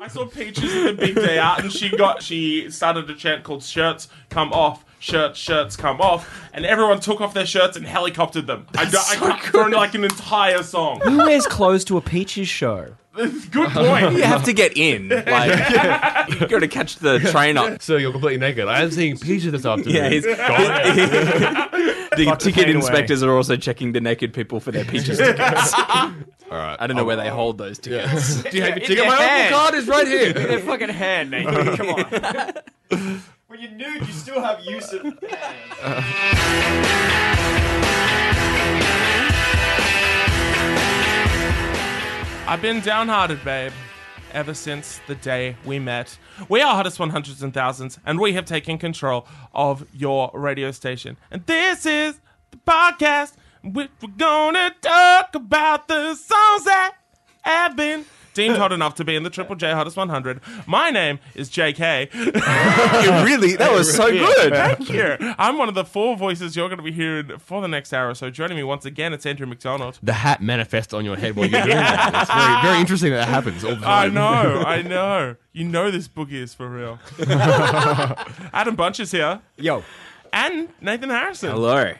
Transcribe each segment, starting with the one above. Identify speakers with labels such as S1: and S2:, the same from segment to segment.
S1: I saw Peaches at the big day out, and she got she started a chant called "Shirts Come Off." Shirts, shirts come off, and everyone took off their shirts and helicoptered them. I, don't- I can't for like an entire song.
S2: Who wears clothes to a Peaches show?
S1: Good point.
S3: You have to get in. Like, you got to catch the train up.
S4: So you're completely naked. I am seeing Peter this afternoon.
S3: Yeah, he's the
S2: Fuck the
S3: ticket
S2: pain away.
S3: inspectors are also checking the naked people for their peaches tickets. All right. I don't know where they hold those tickets.
S4: Do you have your
S3: In
S4: ticket?
S3: your
S4: My
S3: hand.
S4: uncle card is right here.
S3: Their fucking hand, Nathan. Come on.
S5: When you're nude, you still have use of.
S1: Uh-huh. I've been downhearted, babe, ever since the day we met. We are Hottest 100s and Thousands, and we have taken control of your radio station. And this is the podcast in which we're gonna talk about the songs that have been deemed hot enough to be in the Triple J Hottest 100. My name is JK.
S3: You really? That was so good.
S1: Thank you. I'm one of the four voices you're gonna be hearing for the next hour or so. Joining me once again, it's Andrew McDonald.
S4: The hat manifests on your head while you're doing that. It's very, very interesting that it happens all the
S1: I
S4: time.
S1: know, I know. You know this boogie is for real. Adam Bunch is here.
S2: Yo,
S1: And Nathan Harrison.
S3: Hello.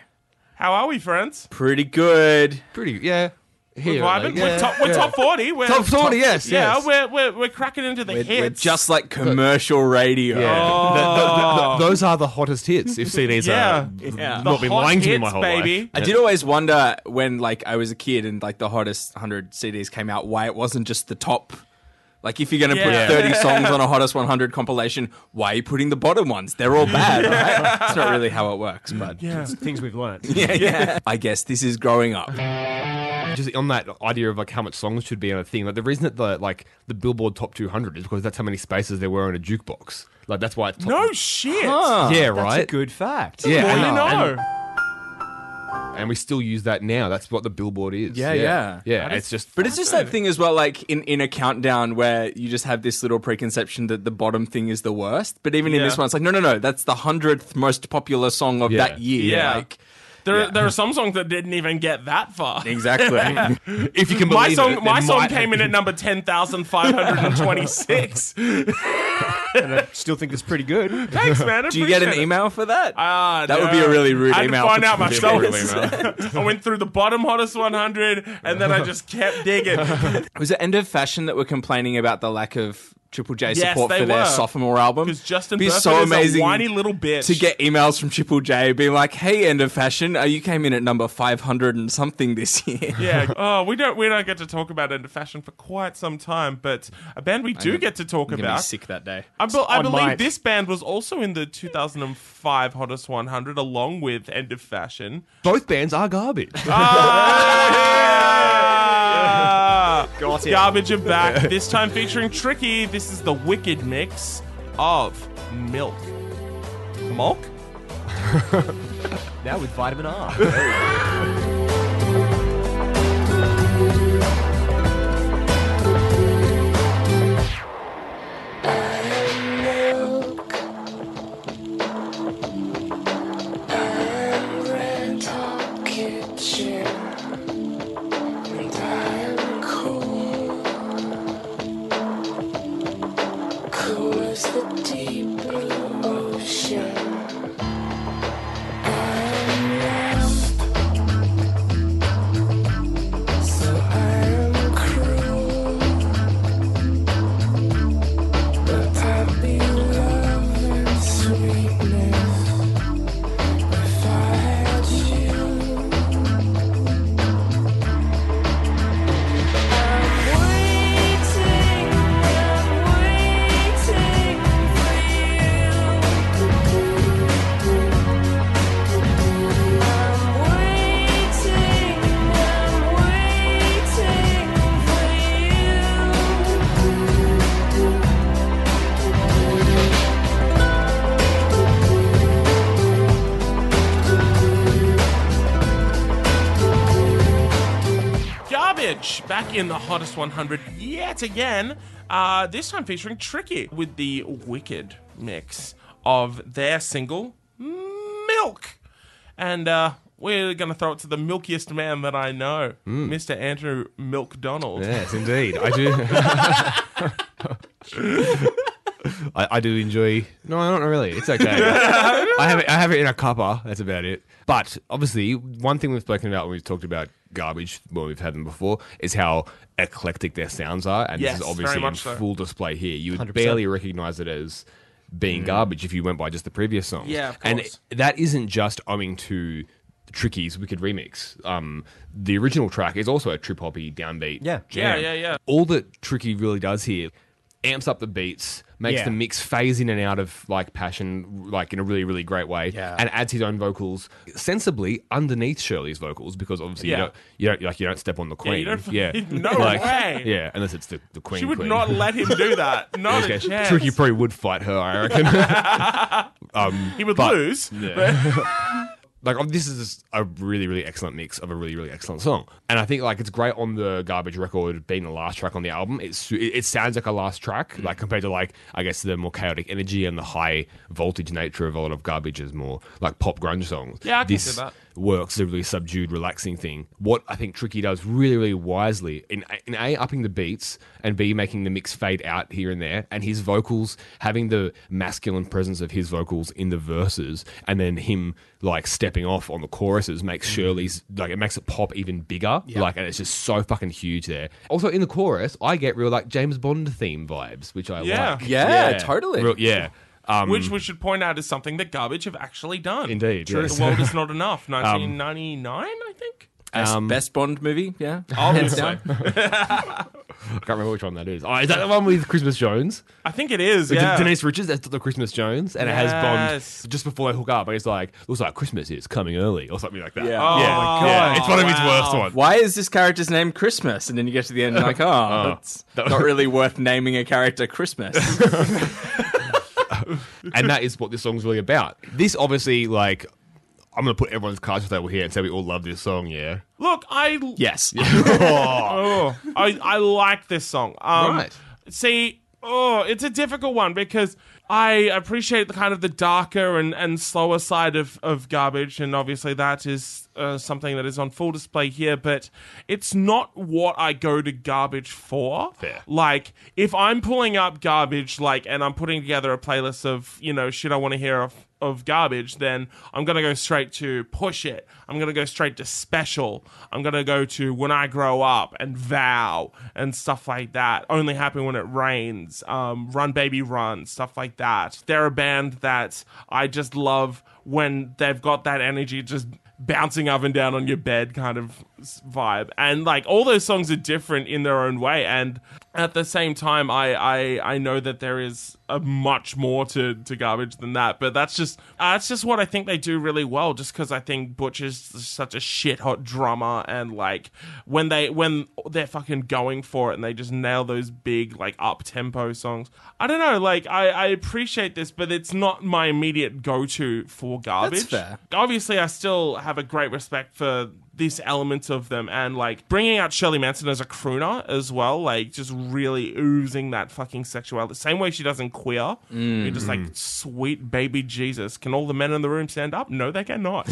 S1: How are we, friends?
S3: Pretty good.
S4: Pretty, yeah.
S1: We're
S4: Here,
S1: vibing.
S4: like,
S1: we're
S4: yeah,
S1: top, we're
S4: yeah.
S1: top 40. We're
S4: Top 40, yes,
S1: Yeah,
S4: yes.
S1: We're, we're, we're cracking into the
S3: We're,
S1: hits.
S3: we're just like commercial radio.
S4: Yeah.
S1: Oh.
S4: Th- those are the hottest hits. If CDs
S1: Yeah.
S4: are
S3: Yeah.
S4: not been
S1: hot
S4: lying to me
S1: hits,
S4: my whole
S1: baby.
S4: life.
S3: I did always wonder when, like, I was a kid and like the hottest hundred CDs came out, why it wasn't just the top. Like, if you're going to
S1: Yeah.
S3: put 30 songs on a hottest 100 compilation, why are you putting the bottom ones? They're all bad, right? That's not really how it works, but
S1: Yeah.
S2: things we've learnt.
S3: yeah, yeah. I guess this is growing up.
S4: just on that idea of like how much songs should be on a thing. Like the reason that the like the Billboard Top 200 is because that's how many spaces there were in a jukebox. Like that's why it's top.
S1: No shit.
S4: yeah,
S2: That's
S4: right.
S2: a good fact.
S4: yeah,
S1: Well,
S4: and-
S1: you know.
S4: and, and we still use that now. That's what the Billboard is.
S3: Yeah, yeah.
S4: yeah.
S1: That
S4: it's just
S3: But it's just that thing as well, like in, in a countdown where you just have this little preconception that the bottom thing is the worst. But even in
S1: Yeah.
S3: this one, it's like, no, no, no, that's the hundredth most popular song of
S4: Yeah.
S3: that year.
S1: Yeah.
S3: Like,
S1: there,
S3: Yeah.
S1: there are some songs that didn't even get that far.
S3: exactly.
S4: if you can
S1: My
S4: believe
S1: song,
S4: it, then
S1: my song
S4: might-
S1: came in at number 10,526.
S2: Still think it's pretty good.
S1: Thanks, man. I
S3: Do you get an
S1: appreciate it.
S3: email for that?
S1: Ah,
S3: That would be
S1: no.
S3: a really rude
S1: I had
S3: email
S1: To find
S3: for
S1: out
S3: Twitter.
S1: myself.
S3: Really
S1: I went through the bottom hottest 100, and then I just kept digging.
S3: Was it End of Fashion that were complaining about the lack of Triple J
S1: Yes,
S3: support
S1: they
S3: for their
S1: were.
S3: sophomore album?
S1: Because Justin
S3: Be
S1: Burford
S3: so
S1: is
S3: amazing
S1: a whiny little bitch.
S3: to get emails from Triple J being like, "Hey, End of Fashion, uh, you came in at number five hundred and something this year."
S1: yeah. Oh, we don't we don't get to talk about into fashion for quite some time, but a band we do get to talk
S3: I'm gonna be
S1: about.
S3: sick that day.
S1: I, be- I
S2: on
S1: believe
S2: mine.
S1: this band was also in the 2005 Hottest 100 along with End of Fashion.
S4: Both bands are garbage.
S1: Ah! Garbage are back. This time featuring Tricky. This is the wicked mix of milk. Mulk?
S2: Now with vitamin R.
S6: Kitchen, and I'm cool. Cool as the deep blue ocean. I'm lost, so I'm cruel. But I'd be loving sweetness if I had you. Waiting, I'm waiting for you. I'm waiting, I'm waiting for
S1: Garbage back in the hottest 100 yet again. Uh, this time featuring Tricky with the wicked mix of their single Milk. And uh, we're going to throw it to the milkiest man that I know, Mr. Andrew Milk Donald.
S4: yes, indeed. I do. I, I do enjoy. No, not really. It's okay. I have it. I have it in a cuppa. That's about it. But obviously, one thing we've spoken about when we've talked about garbage when we've had them before is how eclectic their sounds are, and
S1: Yes,
S4: this is
S1: very
S4: obviously in
S1: much so.
S4: full display here. You would
S2: 100%.
S4: barely recognize it as being garbage if you went by just the previous song.
S1: Mm. Yeah, of
S4: and
S1: course.
S4: that isn't just owing to. Tricky's Wicked Remix. Um, the original track is also a trip hoppy downbeat.
S2: Yeah.
S1: Yeah,
S4: jam
S1: yeah, yeah.
S4: all that Tricky really does here amps up the beats, makes
S2: Yeah.
S4: the mix phase in and out of like passion, like in a really, really great way,
S3: Yeah.
S4: and adds his own vocals sensibly underneath Shirley's vocals because obviously
S1: Yeah.
S4: you don't, you don't like you don't step on
S1: Yeah,
S4: the queen,
S1: you don't- no
S4: Like,
S1: way.
S4: yeah, unless it's the, the queen.
S1: She would
S4: queen.
S1: not let him do that.
S4: In
S1: Not
S4: which
S1: a
S4: case,
S1: chance.
S4: Tricky probably would fight her, I reckon. um,
S1: He would
S4: but-
S1: lose.
S4: like oh, this is a really really excellent mix of a really really excellent song and i think like it's great on the garbage record being the last track on the album it, su- it it sounds like a last track
S1: Mm.
S4: like compared to like i guess the more chaotic energy and the high voltage nature of a lot of garbage is more like pop grunge songs
S1: Yeah, I can
S4: this
S1: see that.
S4: works as a really subdued relaxing thing what i think tricky does really really wisely in, in a upping the beats and b making the mix fade out here and there and his vocals having the masculine presence of his vocals in the verses and then him like stepping off on the choruses makes shirley's like it makes it pop even bigger like and it's just so fucking huge there also in the chorus i get real like james bond theme vibes which i
S1: Yeah.
S4: like
S3: Yeah, totally.
S4: Real- yeah um,
S1: Which we should point out is something that garbage have actually done.
S4: Indeed, True. yes.
S1: The world is not enough. 1999, I think.
S3: Best-
S4: Um,
S3: best Bond movie, yeah. Hands
S1: Obviously.
S3: down.
S4: I can't remember which one that is. Oh, is that the one with Christmas Jones?
S1: I think it is.
S4: With
S1: Yeah.
S4: Denise Richards, that's the Christmas Jones, and it has
S1: Yes.
S4: Bond just before they hook up. And it's like, looks like Christmas is coming early, or something like that.
S3: Yeah.
S1: Oh my God.
S4: It's one of his
S1: Wow.
S4: worst ones.
S3: Why is this character's name Christmas? And then you get to the end and like, oh, it's not really worth naming a character Christmas.
S4: and that is what this song's really about. This obviously, like, I'm going to put everyone's cards if they were here and say we all love this song, yeah?
S1: Look, I
S3: yes.
S1: oh, I, I like this song. Um,
S4: Right.
S1: See, oh, it's a difficult one because I appreciate the kind of the darker and, and slower side of, of garbage, and obviously that is uh, something that is on full display here. But it's not what I go to garbage for.
S4: Fair.
S1: Like if I'm pulling up garbage, like, and I'm putting together a playlist of you know shit I want to hear of of garbage, then I'm gonna go straight to push it. I'm gonna go straight to special. I'm gonna go to when I grow up and vow and stuff like that. Only happen when it rains. Um, run baby run stuff like that. They're a band that I just love when they've got that energy just bouncing up and down on your bed kind of s- vibe and like all those songs are different in their own way and at the same time i i, I know that there is a much more to, to garbage than that but that's just uh, that's just what i think they do really well just because i think butch is such a shit hot drummer and like when they when they're fucking going for it and they just nail those big like up tempo songs i don't know like i i appreciate this but it's not my immediate go-to for garbage
S3: fair.
S1: obviously I still have a great respect for this element of them and like bringing out Shirley Manson as a crooner as well, like just really oozing that fucking sexuality. Same way she does in Queer. You're just like, sweet baby Jesus. Can all the men in the room stand up? No, they cannot.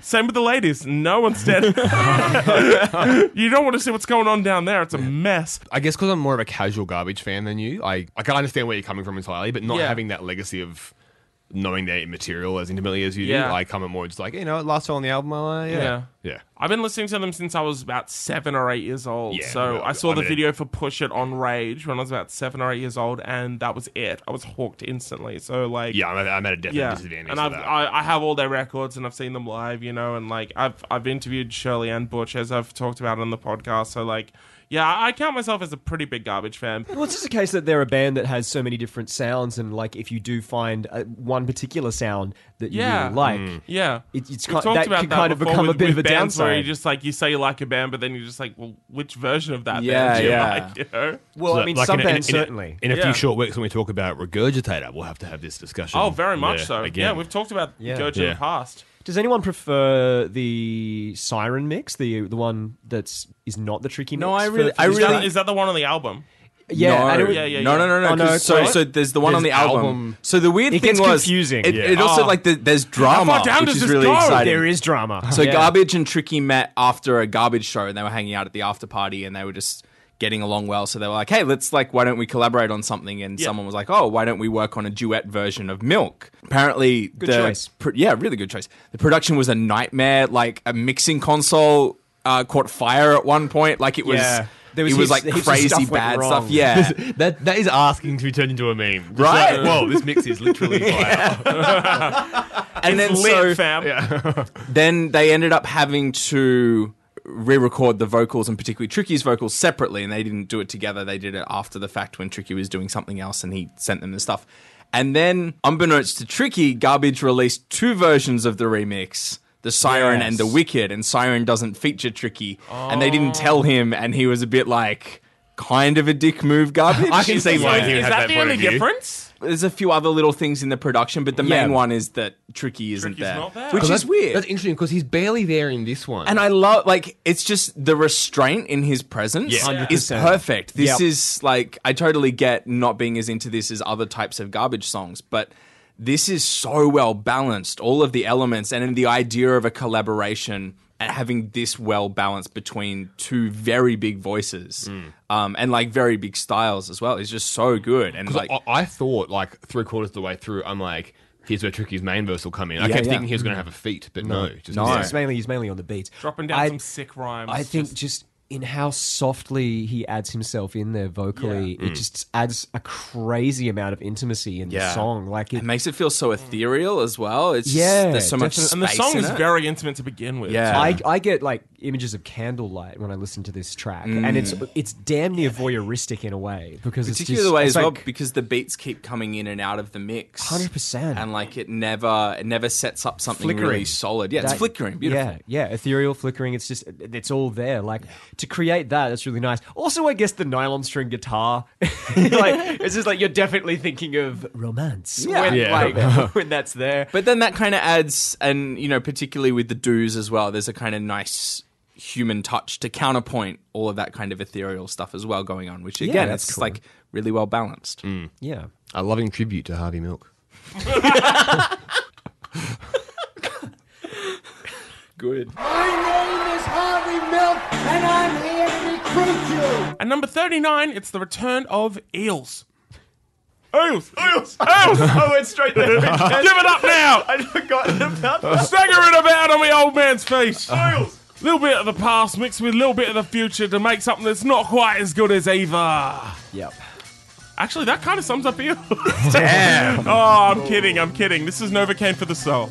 S1: Same with the ladies. No one's standing. you don't want to see what's going on down there. It's a mess.
S4: I guess because I'm more of a casual garbage fan than you, I, I can understand where you're coming from entirely, but not
S1: Yeah.
S4: having that legacy of knowing their material as intimately as you
S1: Yeah.
S4: do, I come at more just like, you know, last song on the album, uh,
S1: Yeah.
S4: yeah. Yeah.
S1: I've been listening to them since I was about seven or eight years old.
S4: Yeah,
S1: so
S4: well,
S1: I saw
S4: I
S1: the
S4: mean-
S1: video for Push It on Rage when I was about seven or eight years old, and that was it. I was hooked instantly. So like,
S4: Yeah, I'm at, I'm at a definite
S1: yeah.
S4: disadvantage.
S1: And
S4: for
S1: I've,
S4: that.
S1: I, I have all their records, and I've seen them live, you know, and like I've I've interviewed Shirley and Butch as I've talked about on the podcast. So like, yeah, I count myself as a pretty big garbage fan.
S2: Well, it's just a case that they're a band that has so many different sounds, and like if you do find uh, one particular sound that you
S1: Yeah.
S2: really like,
S4: Mm.
S1: Yeah.
S2: it, it's
S1: We
S2: kind, that can kind of
S1: before
S2: become a
S1: with-
S2: bit of a
S1: with bands Where you
S2: downside.
S1: just like you say you like a band, but then you're just like, well, which version of that
S3: Yeah,
S1: band do
S3: yeah.
S1: you like? You know?
S2: well, I
S4: Like
S2: mean,
S4: in
S2: some
S4: a- in a-
S2: bands
S4: in a-
S2: certainly.
S4: In a
S1: Yeah.
S4: few short weeks, when we talk about regurgitator, we'll have to have this discussion.
S1: Oh, very much
S4: there
S1: so.
S4: Again.
S1: Yeah, we've talked about
S2: Yeah.
S1: Gurge in
S4: Yeah.
S1: the past.
S2: Does anyone prefer the siren mix, the the one that's is not the tricky mix?
S3: No, I
S2: for-
S3: really-
S2: for
S3: I
S2: this
S1: Is,
S3: really-
S1: that,
S2: band?
S1: is that the one on the album?
S2: yeah,
S3: no.
S2: I don't-
S1: Yeah, yeah,
S3: no,
S1: yeah.
S3: no, no, no,
S2: Oh, no,
S3: 'cause-
S2: it's
S3: so,
S2: not?
S3: so there's the one on the
S4: There's
S3: album.
S4: album.
S3: So the weird
S2: It
S3: thing
S2: gets
S3: was
S2: confusing.
S3: It,
S4: Yeah.
S3: it also
S1: Oh.
S3: like the, there's drama,
S1: far down
S3: which
S1: does
S3: is
S1: this
S3: really
S1: go?
S3: exciting.
S2: There is drama.
S3: So
S2: Yeah.
S3: Garbage and Tricky met after a Garbage show, and they were hanging out at the after party, and they were just getting along well. So they were like, hey, let's like, why don't we collaborate on something? And someone was like, oh, why don't we work on a duet version of Milk? Apparently, good
S2: choice.
S3: pr- yeah, really good choice. The production was a nightmare. Like a mixing console uh, caught fire at one point. Like it was,
S2: Yeah. There was
S3: it was
S2: heaps-
S3: like
S2: heaps of
S3: crazy
S2: stuff went
S3: bad stuff.
S2: wrong.
S3: Yeah,
S4: that that is asking to be turned into a meme. Just
S3: Right.
S4: Like, Whoa, this mix is literally fire.
S3: and then
S1: Lit,
S3: so
S1: fam.
S3: then they ended up having to re-record the vocals and particularly Tricky's vocals separately and they didn't do it together they did it after the fact when Tricky was doing something else and he sent them the stuff and then unbeknownst to Tricky Garbage released two versions of the remix the Siren and the Wicked and Siren doesn't feature Tricky and they didn't tell him and he was a bit like kind of a dick move Garbage
S4: I can see why
S1: Is-
S4: he
S1: is
S4: had
S1: that
S4: that
S1: the
S4: point
S1: only
S4: of view.
S1: difference?
S3: there's a few other little things in the production but the
S2: Yeah.
S3: main one is that Tricky isn't
S1: Tricky's not there.
S3: which
S1: But
S3: is weird
S4: That's interesting because he's barely there in this one.
S3: and I love like it's just the restraint in his presence
S4: Yeah. 100%.
S3: is perfect. This
S2: Yep.
S3: is like I totally get not being as into this as other types of garbage songs, but this is so well balanced. All of the elements and in the idea of a collaboration and having this well balanced between two very big voices
S1: Hmm.
S3: um, and like very big styles as well is just so good. And like
S4: I, I thought like three quarters of the way through, I'm like, here's where Tricky's main verse will come in. I
S3: Yeah,
S4: kept
S3: yeah. Mm.
S4: thinking he was going to have a feat, but no, just
S3: No.
S2: He's mainly he's mainly on the beat.
S1: Dropping down
S2: I-
S1: some sick rhymes.
S2: I think just, in how softly he adds himself in there vocally,
S4: Mm.
S2: it just adds a crazy amount of intimacy in the
S3: Yeah.
S2: song. Like it,
S3: it makes it feel so ethereal as well. It's
S2: Yeah,
S3: just, there's so much
S2: definitely.
S1: and
S3: space
S1: the song
S3: in
S1: is
S3: it.
S1: very intimate to begin with.
S3: Yeah.
S2: I, I get like images of candlelight when I listen to this track, and it's it's damn near voyeuristic in a way because it's
S3: Mm. particularly
S2: just-
S3: the way as
S2: it's
S3: well
S2: like-
S3: because the beats keep coming in and out of the mix
S2: 100%.
S3: and like it never it never sets up something really
S2: Flickering.
S3: solid yeah it's
S2: that-
S3: flickering beautiful
S2: Yeah, yeah, ethereal flickering. It's just it's all there. Like to create that, that's really nice. Also, I guess the nylon string guitar, like it's just like you're definitely thinking of romance.
S3: Yeah.
S2: when,
S4: Yeah.
S2: like, when that's there.
S3: but then that kind of adds and you know particularly with the do's as well there's a kind of nice human touch to counterpoint all of that kind of ethereal stuff as well going on which again
S2: that's
S3: it's
S2: cool.
S3: like really well balanced
S2: yeah,
S4: a loving tribute to Harvey Milk.
S3: good
S1: At number 39, it's the return of Eels. Eels! Eels! Eels! I went straight there. Give it up now! I'd forgotten about that. Staggering about on my old man's face. Eels! Little bit of the past mixed with a little bit of the future to make something that's not quite as good as either.
S2: yep.
S1: Actually, that kind of sums up Eels. Damn! oh, I'm kidding, I'm kidding. This is Novocaine for the Soul.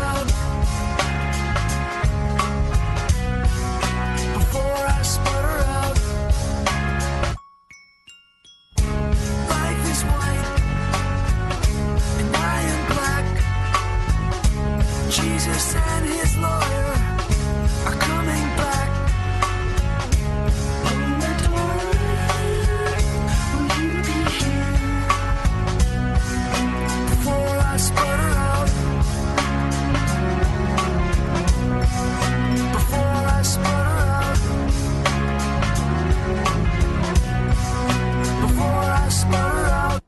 S6: Before I sputter out, life is white and I am black. Jesus and his lawyer are coming back. Oh, my darling, will you be here before I sputter out? Before I sputter out. Before I sputter out.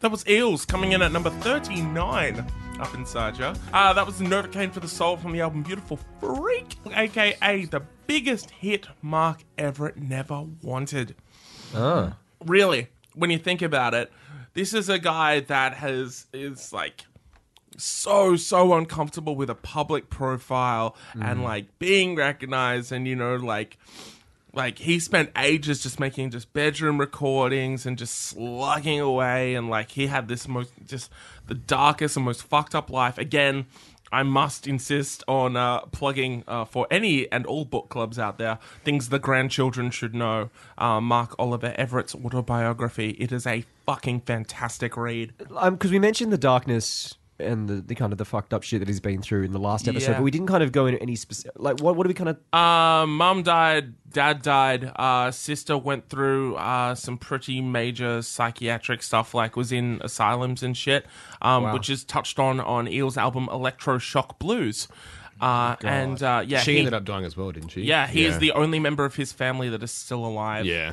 S1: That was Eels coming in at number 39 up inside ya. Uh, that was the Novocaine for the Soul from the album Beautiful Freak, aka the biggest hit Mark Everett never wanted. Really, when you think about it, this is a guy that has is like so so uncomfortable with a public profile and like being recognized and you know like like he spent ages just making just bedroom recordings and just slugging away and like he had this most just the darkest and most fucked up life again i must insist on uh, plugging uh, for any and all book clubs out there things the grandchildren should know uh, mark oliver everett's autobiography it is a fucking fantastic read
S2: Um, because we mentioned the darkness and the, the kind of the fucked up shit that he's been through in the last episode.
S1: Yeah.
S2: But we didn't kind of go into any specific. Like, what what do we kind of?
S1: Uh, mom died, dad died, uh, sister went through uh, some pretty major psychiatric stuff, like was in asylums and shit, um, which is touched on on Eel's album Electroshock Blues. Uh, and uh, yeah,
S4: Oh she
S1: he-
S4: ended up dying as well, didn't she?
S1: Yeah, he is the only member of his family that is still alive.
S4: Yeah.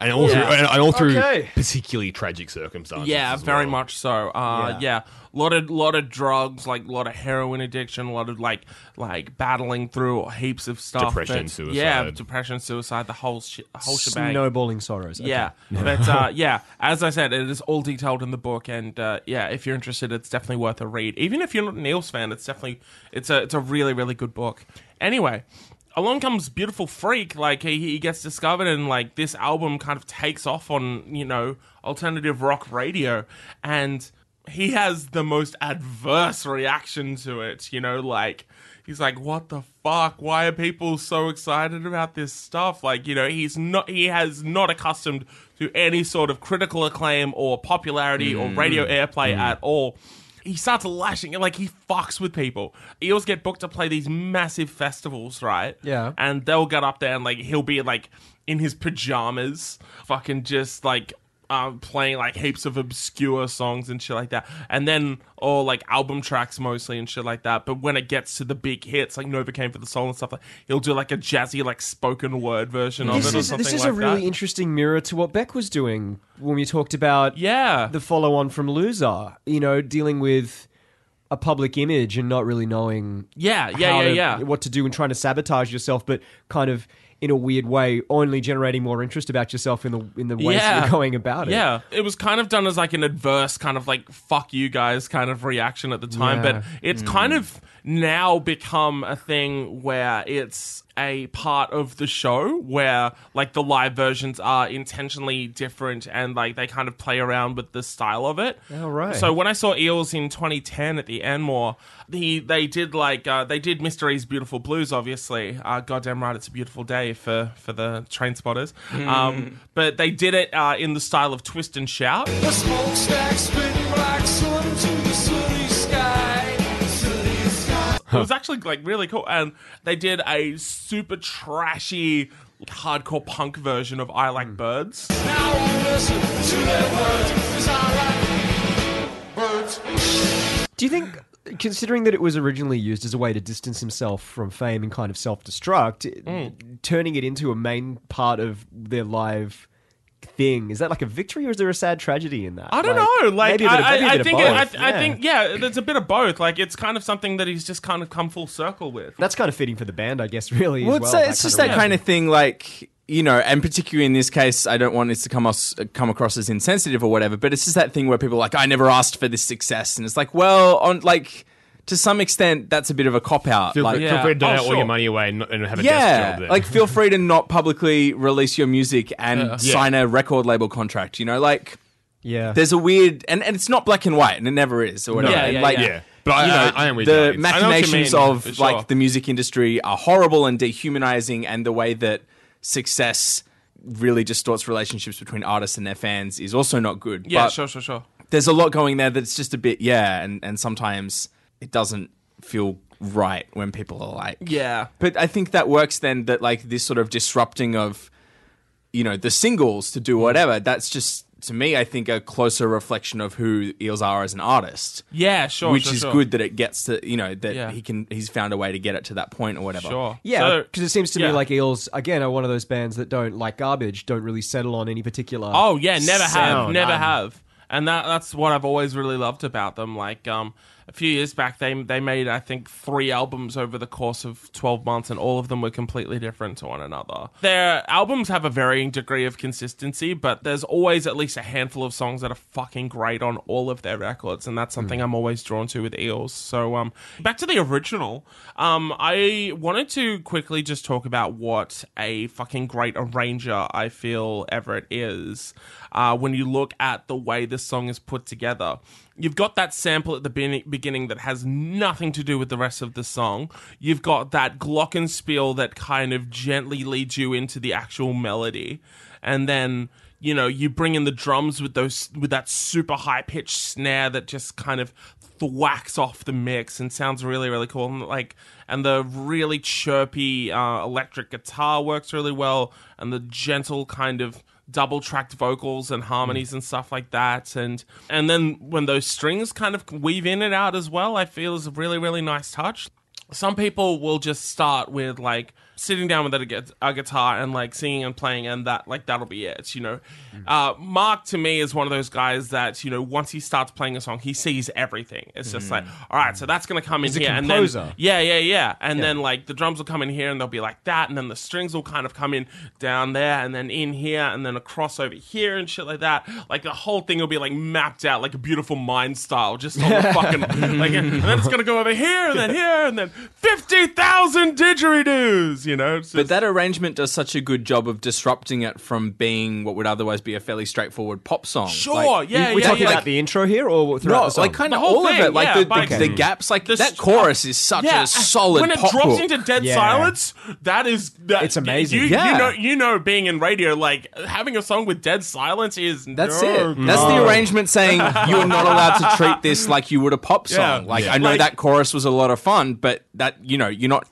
S4: And all through, and, and all through
S2: Okay.
S4: particularly tragic circumstances.
S1: Yeah,
S4: as
S1: very
S4: well.
S1: much so. Uh,
S2: Yeah.
S1: yeah. lot of lot of drugs, like lot of heroin addiction, a lot of like like battling through heaps of stuff.
S4: Depression,
S1: that's-
S4: suicide.
S1: Yeah, depression, suicide, the whole shi whole shebang.
S2: Snowballing sorrows. Okay.
S1: Yeah, but uh, yeah, as I said, it is all detailed in the book, and uh, yeah, if you're interested, it's definitely worth a read. Even if you're not an Eels fan, it's definitely it's a it's a really really good book. Anyway, along comes beautiful freak. Like he, he gets discovered, and like this album kind of takes off on you know alternative rock radio, and he has the most adverse reaction to it. You know, like he's like, "What the fuck? Why are people so excited about this stuff?" Like, you know, he's not he has not accustomed to any sort of critical acclaim or popularity or radio airplay at all. He starts lashing like he fucks with people. Eels get booked to play these massive festivals, right?
S2: Yeah.
S1: And they'll get up there and like he'll be like in his pajamas, fucking just like um, playing like heaps of obscure songs and shit like that, and then or like album tracks mostly and shit like that. But when it gets to the big hits, like Nova came for the soul and stuff, like he'll do like a jazzy like spoken word version of
S2: This
S1: it or
S2: is
S1: something
S2: this is
S1: like
S2: a really
S1: that.
S2: interesting mirror to what Beck was doing when we talked about
S1: yeah,
S2: the follow on from Loser. You know, dealing with a public image and not really knowing
S1: yeah, yeah,
S2: how
S1: yeah,
S2: to-
S1: yeah.
S2: what to do and trying to sabotage yourself, but kind of in a weird way, only generating more interest about yourself in the in the ways that you're going about it.
S1: Yeah, it was kind of done as like an adverse kind of like "fuck you guys" kind of reaction at the time,
S2: Yeah. Mm.
S1: but it's kind of now become a thing where it's a part of the show where like the live versions are intentionally different and like they kind of play around with the style of it.
S2: Oh, right.
S1: So when I saw Eels in 2010 at the Enmore, the they did like uh, they did Mr. E's Beautiful Blues, obviously. Uh, goddamn right, it's a beautiful day for for the train spotters. Um, but they did it uh, in the style of Twist and Shout.
S7: The smokestack spitting black sun to the sunny sky. Sunny sky.
S1: It was actually like really cool, and they did a super trashy hardcore punk version of I Like Birds.
S7: Now listen to their words, 'cause I like birds.
S2: Do you think, considering that it was originally used as a way to distance himself from fame and kind of self-destruct,
S1: Hmm.
S2: turning it into a main part of their live thing is that like a victory or is there a sad tragedy in that?
S1: I don't know. Like,
S2: maybe a bit of-
S1: I,
S2: maybe a
S1: I,
S2: bit
S1: I
S2: of
S1: think, it, I,
S2: both.
S1: I think, yeah, there's a bit of both. Like, it's kind of something that he's just kind of come full circle with.
S2: that's kind of fitting for the band, I guess. Really,
S3: Well,
S2: as
S3: it's,
S2: well,
S3: it's just that kind of thing, like you know, and particularly in this case, I don't want this to come us come across as insensitive or whatever. But it's just that thing where people are like, I never asked for this success, and it's like, well, on like to some extent, that's a bit of a cop out.
S4: Feel,
S3: Like,
S4: free,
S1: yeah.
S4: feel free to donate
S1: Oh,
S4: all
S1: sure.
S4: your money away and, not- and have a desk
S3: yeah,
S4: job there.
S3: like feel free to not publicly release your music and sign a record label contract. You know, like
S2: yeah.
S3: there's a weird and, and it's not black and white, and it never is or whatever.
S1: Yeah,
S3: And,
S1: yeah,
S3: like,
S4: yeah. But I,
S3: you know,
S4: I, I am with you.
S3: the
S4: It's-
S1: know what you
S3: machinations
S1: mean,
S3: of
S1: for sure.
S3: like the music industry are horrible and dehumanizing, and the way that success really distorts relationships between artists and their fans is also not good.
S1: Yeah,
S3: but
S1: sure, sure, sure.
S3: there's a lot going there that's just a bit yeah, and and sometimes it doesn't feel right when people are like
S1: Yeah.
S3: but I think that works then that like this sort of disrupting of you know the singles to do
S1: Mm.
S3: whatever that's just to me I think a closer reflection of who Eels are as an artist
S1: Yeah, sure.
S3: which
S1: sure,
S3: is
S1: sure.
S3: good that it gets to you know that
S1: Yeah.
S3: he can he's found a way to get it to that point or whatever
S1: Sure.
S2: Yeah,
S1: So-
S2: because it seems to
S1: yeah.
S2: me like Eels again are one of those bands that don't like garbage, don't really settle on any particular.
S1: Oh yeah, never have,
S2: sound.
S1: never
S3: Um,
S1: have, and that that's what I've always really loved about them. Like um, a few years back, they they made I think three albums over the course of twelve months, and all of them were completely different to one another. Their albums have a varying degree of consistency, but there's always at least a handful of songs that are fucking great on all of their records, and that's
S3: Hmm.
S1: something I'm always drawn to with Eels. So um, back to the original. Um, I wanted to quickly just talk about what a fucking great arranger I feel Everett is uh, when you look at the way this song is put together. You've got that sample at the be- beginning that has nothing to do with the rest of the song. You've got that glockenspiel that kind of gently leads you into the actual melody. And then you know, you bring in the drums with those with that super high pitched snare that just kind of thwacks off the mix and sounds really really cool. And like, and the really chirpy uh, electric guitar works really well, and the gentle kind of double tracked vocals and harmonies and stuff like that and and then when those strings kind of weave in and out as well i feel is a really really nice touch some people will just start with like sitting down with a, gu- a guitar and like singing and playing and that like that'll be it you know
S2: Mm-hmm.
S1: uh, mark to me is one of those guys that you know once he starts playing a song he sees everything it's just like all right so that's gonna come in
S2: Mm-hmm. a
S1: here and
S2: composer.
S1: then yeah yeah yeah and then like the drums will come in here and they'll be like that and then the strings will kind of come in down there and then in here and then across over here and shit like that like the whole thing will be like mapped out like a beautiful mind style just on the fucking like and then it's gonna go over here and then here and then 50,000 didgeridoos you know it's
S3: But that arrangement does such a good job of disrupting it from being what would otherwise be a fairly straightforward pop song.
S1: Sure,
S3: Like-
S1: yeah,
S2: We're
S1: yeah,
S2: talking
S1: yeah.
S2: about the intro here, or throughout
S3: No,
S2: the song?
S3: like kind
S1: The
S3: of
S1: whole
S3: all
S1: thing,
S3: of it. Like
S1: yeah,
S3: the,
S1: by-
S3: the, the gaps, like that
S1: s-
S3: chorus is such
S1: yeah,
S3: a solid
S1: when it
S3: pop
S1: drops
S3: hook.
S1: into dead
S2: Yeah.
S1: silence that is that,
S2: It's amazing.
S1: you, you
S3: Yeah.
S1: know you know being in radio like having a song with dead silence is
S3: That's
S1: no
S3: it. That's the arrangement saying you are not allowed to treat this like you would a pop song.
S1: Yeah.
S3: Like
S1: Yeah.
S3: I know
S1: Like-
S3: that chorus was a lot of fun, but that you know you're not.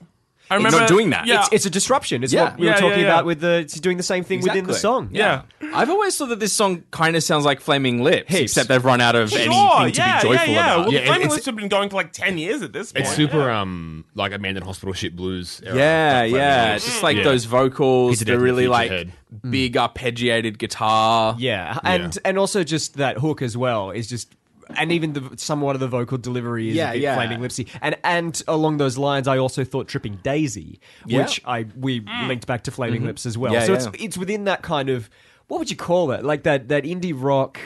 S1: I
S3: It's
S1: remember
S3: not doing that.
S1: yeah
S2: it's, it's a disruption. It's
S3: Yeah.
S2: what we
S1: Yeah,
S2: were talking
S1: yeah, yeah.
S2: about with the it's doing the same thing within the
S3: Exactly.
S2: song.
S1: yeah.
S3: I've always thought that this song kind of sounds like Flaming Lips,
S2: Heaps.
S3: except they've run out of anything to be joyful about.
S1: Well,
S4: Yeah,
S1: the
S4: it-
S1: Flaming
S4: it's-
S1: Lips have been going for like 10 years at this point.
S4: It's super um like abandoned hospital shit blues. era.
S3: Yeah,
S4: Like,
S3: yeah.
S4: like,
S3: It's just like
S4: yeah. Mm.
S3: those vocals,
S4: He's a
S3: the
S4: dead
S3: really
S4: future
S3: like
S4: head.
S3: big arpeggiated guitar.
S2: Yeah, and and also just that hook as well is just, and even the somewhat of the vocal delivery is
S3: Yeah,
S2: a bit
S3: yeah.
S2: flaming lipsy, and and along those lines, I also thought tripping Daisy,
S3: Yeah.
S2: which I we linked back to flaming lips as well.
S3: Yeah,
S2: so
S3: yeah.
S2: it's it's within that kind of what would you call it? Like that that indie rock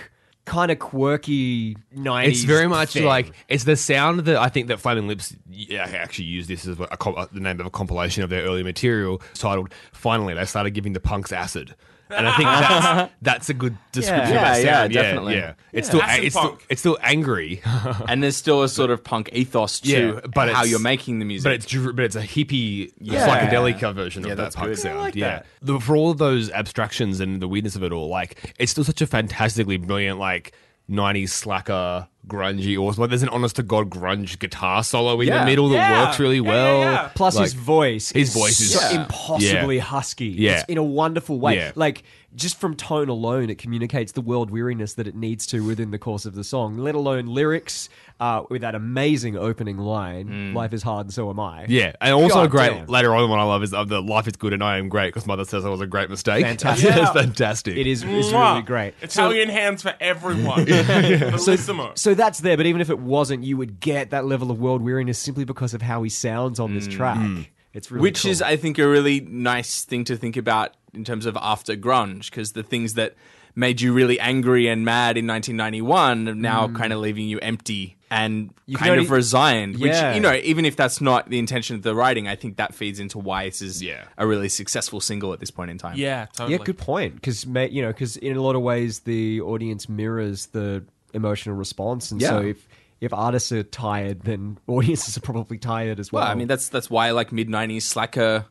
S2: kind of quirky nineties.
S4: It's very much like it's the sound that I think that Flaming Lips yeah, I actually used this as a, co- uh, the name of a compilation of their earlier material titled "Finally They Started Giving the Punks Acid," and I think that's, that's a good description
S3: Yeah,
S4: of that
S3: yeah,
S4: sound. Yeah,
S3: definitely.
S4: yeah. It's still
S1: Acid
S4: it's still,
S1: punk.
S4: it's still angry,
S3: And there's still a sort of punk ethos to
S4: Yeah, but
S3: how
S4: it's-
S3: you're making the music.
S4: but it's dr- but it's a hippie
S3: Yeah.
S4: psychedelic version of that
S3: that's
S4: punk
S3: good. I
S4: sound.
S3: like
S4: yeah,
S3: that.
S4: The- for all those abstractions and the weirdness of it all, like it's still such a fantastically brilliant like. 90s slacker grungy or like there's an honest to god grunge guitar solo in
S3: Yeah.
S4: the middle that
S1: Yeah.
S4: works really
S1: Yeah, yeah,
S4: well
S1: yeah.
S2: Plus
S4: Like,
S2: his voice.
S4: his voice is-
S2: so
S3: Yeah.
S2: impossibly husky.
S4: Yeah.
S2: It's in a wonderful way.
S4: Yeah.
S2: Like just from tone alone, it communicates the world weariness that it needs to within the course of the song. Let alone lyrics uh, with that amazing opening line: "Life is hard, and so am I."
S4: Mm. Yeah, and also
S2: God
S4: great
S2: damn.
S4: later on. What I love is of the life is good and I am great because mother says I was a great mistake.
S2: Fantastic.
S4: That's fantastic.
S2: It is it's
S1: Mwah.
S2: really great.
S1: Italian hands for everyone. Bellissimo.
S2: So that's there, but even if it wasn't, you would get that level of world weariness simply because of how he sounds on
S4: Mm.
S2: this track. It's really
S3: which
S2: cool.
S3: is i think a really nice thing to think about in terms of after grunge because the things that made you really angry and mad in 1991 are now kind of leaving you empty and
S2: can
S3: kind of
S2: only-
S3: resigned
S2: Yeah.
S3: which you know even if that's not the intention of the writing i think that feeds into why this is
S4: Yeah.
S3: a really successful single at this point in time
S1: yeah, totally.
S2: Yeah, good point. Because you know, because in a lot of ways the audience mirrors the emotional response, and so
S3: Yeah.
S2: if if artists are tired, then audiences are probably tired as well.
S3: well i mean that's that's why like mid 90s slacker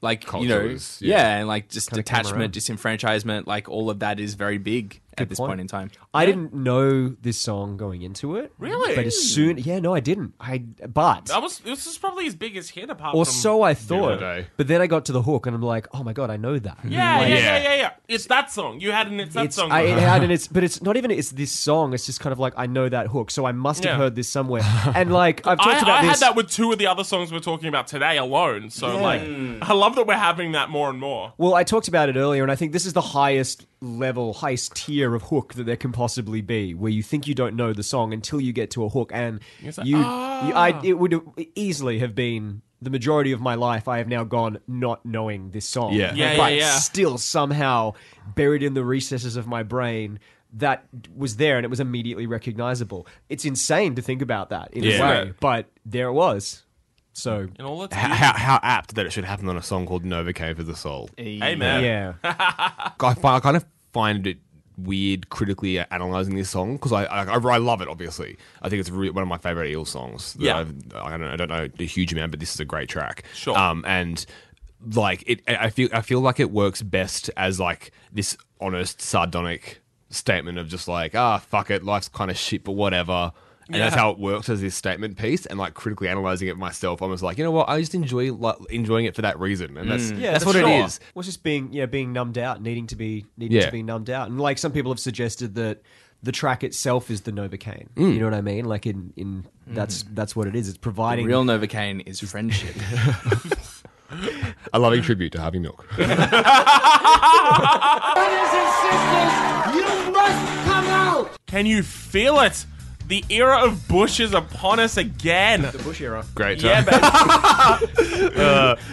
S3: like you know
S4: Culture is,
S3: yeah.
S4: yeah.
S3: and like just
S2: came
S3: detachment
S2: around.
S3: disenfranchisement like all of that is very big at this
S2: point.
S3: point in time
S2: I didn't know this song going into it.
S1: Really?
S2: But as soon, yeah, no, I didn't. I but
S1: That was, this is probably his biggest hit apart
S2: or
S1: from...
S2: so I thought.
S4: day.
S2: But then I got to the hook, and I'm like, oh my god, I know that.
S1: Yeah, yeah,
S4: Yeah.
S1: yeah, yeah, yeah. It's that song. You had an It's That
S2: It's
S1: song.
S2: I, it had, and it's but it's not even it's this song. It's just kind of like I know that hook, so I must have
S1: Yeah.
S2: heard this somewhere. And like I've
S1: I,
S2: talked about
S1: I had
S2: this.
S1: that with two of the other songs we're talking about today alone. So, like, I love that we're having that more and more.
S2: Well, I talked about it earlier, and I think this is the highest level, highest tier of hook that there can possibly be, where you think you don't know the song until you get to a hook, and you,
S1: "Ah!"
S2: you- I, it would easily have been the majority of my life. I have now gone not knowing this song,
S4: Yeah.
S1: Yeah, yeah,
S2: but
S1: yeah.
S2: still somehow buried in the recesses of my brain. That was there and it was immediately recognizable. It's insane to think about that in
S4: Yeah.
S2: a way, but there it was. So,
S1: And all that's
S4: How, how, how apt that it should happen on a song called Novocaine for the Soul.
S1: Amen.
S2: yeah.
S4: I, fi- I kind of find it weird critically analyzing this song because I, I I I love it. Obviously, I think it's re- one of my favorite Eel songs. that
S1: Yeah.
S4: I've, I don't know, I don't know a huge amount, but this is a great track.
S1: Sure.
S4: Um, and like it I feel I feel like it works best as like this honest sardonic statement of just like ah fuck it life's kind of shit but whatever and that's how it works as this statement piece and like critically analyzing it myself I was like you know what I just enjoy like enjoying it for that reason and
S1: Mm.
S4: that's
S2: Yeah,
S4: that's
S2: for
S4: what
S2: sure.
S4: it is
S2: Well, it's just being yeah, being numbed out, needing to be needing
S4: Yeah.
S2: to be numbed out, and like some people have suggested that the track itself is the novocaine.
S4: Hmm.
S2: You know what I mean? Like in in that's that's what it is. It's providing
S3: Real Novocaine is friendship.
S4: a loving tribute to Harvey Milk
S1: Can you feel it? The era of Bush is upon us again.
S2: Bush era.
S4: great
S1: Yeah, baby.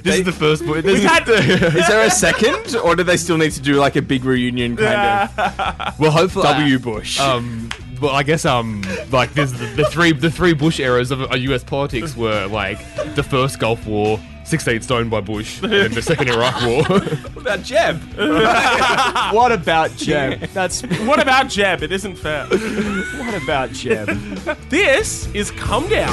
S4: this is the first boy this is
S1: had-
S3: is there a second, or do they still need to do like a big reunion kind of
S4: well hopefully
S3: W Bush?
S4: um, well, I guess um, like there's the, the three the three Bush eras of uh, U.S. politics were like the first Gulf War, 16 stoned by Bush, and then the second Iraq War.
S2: About Jeb. what about Jeb? That's what
S1: What about Jeb? It isn't fair.
S2: about Jeb.
S1: This is Come Down.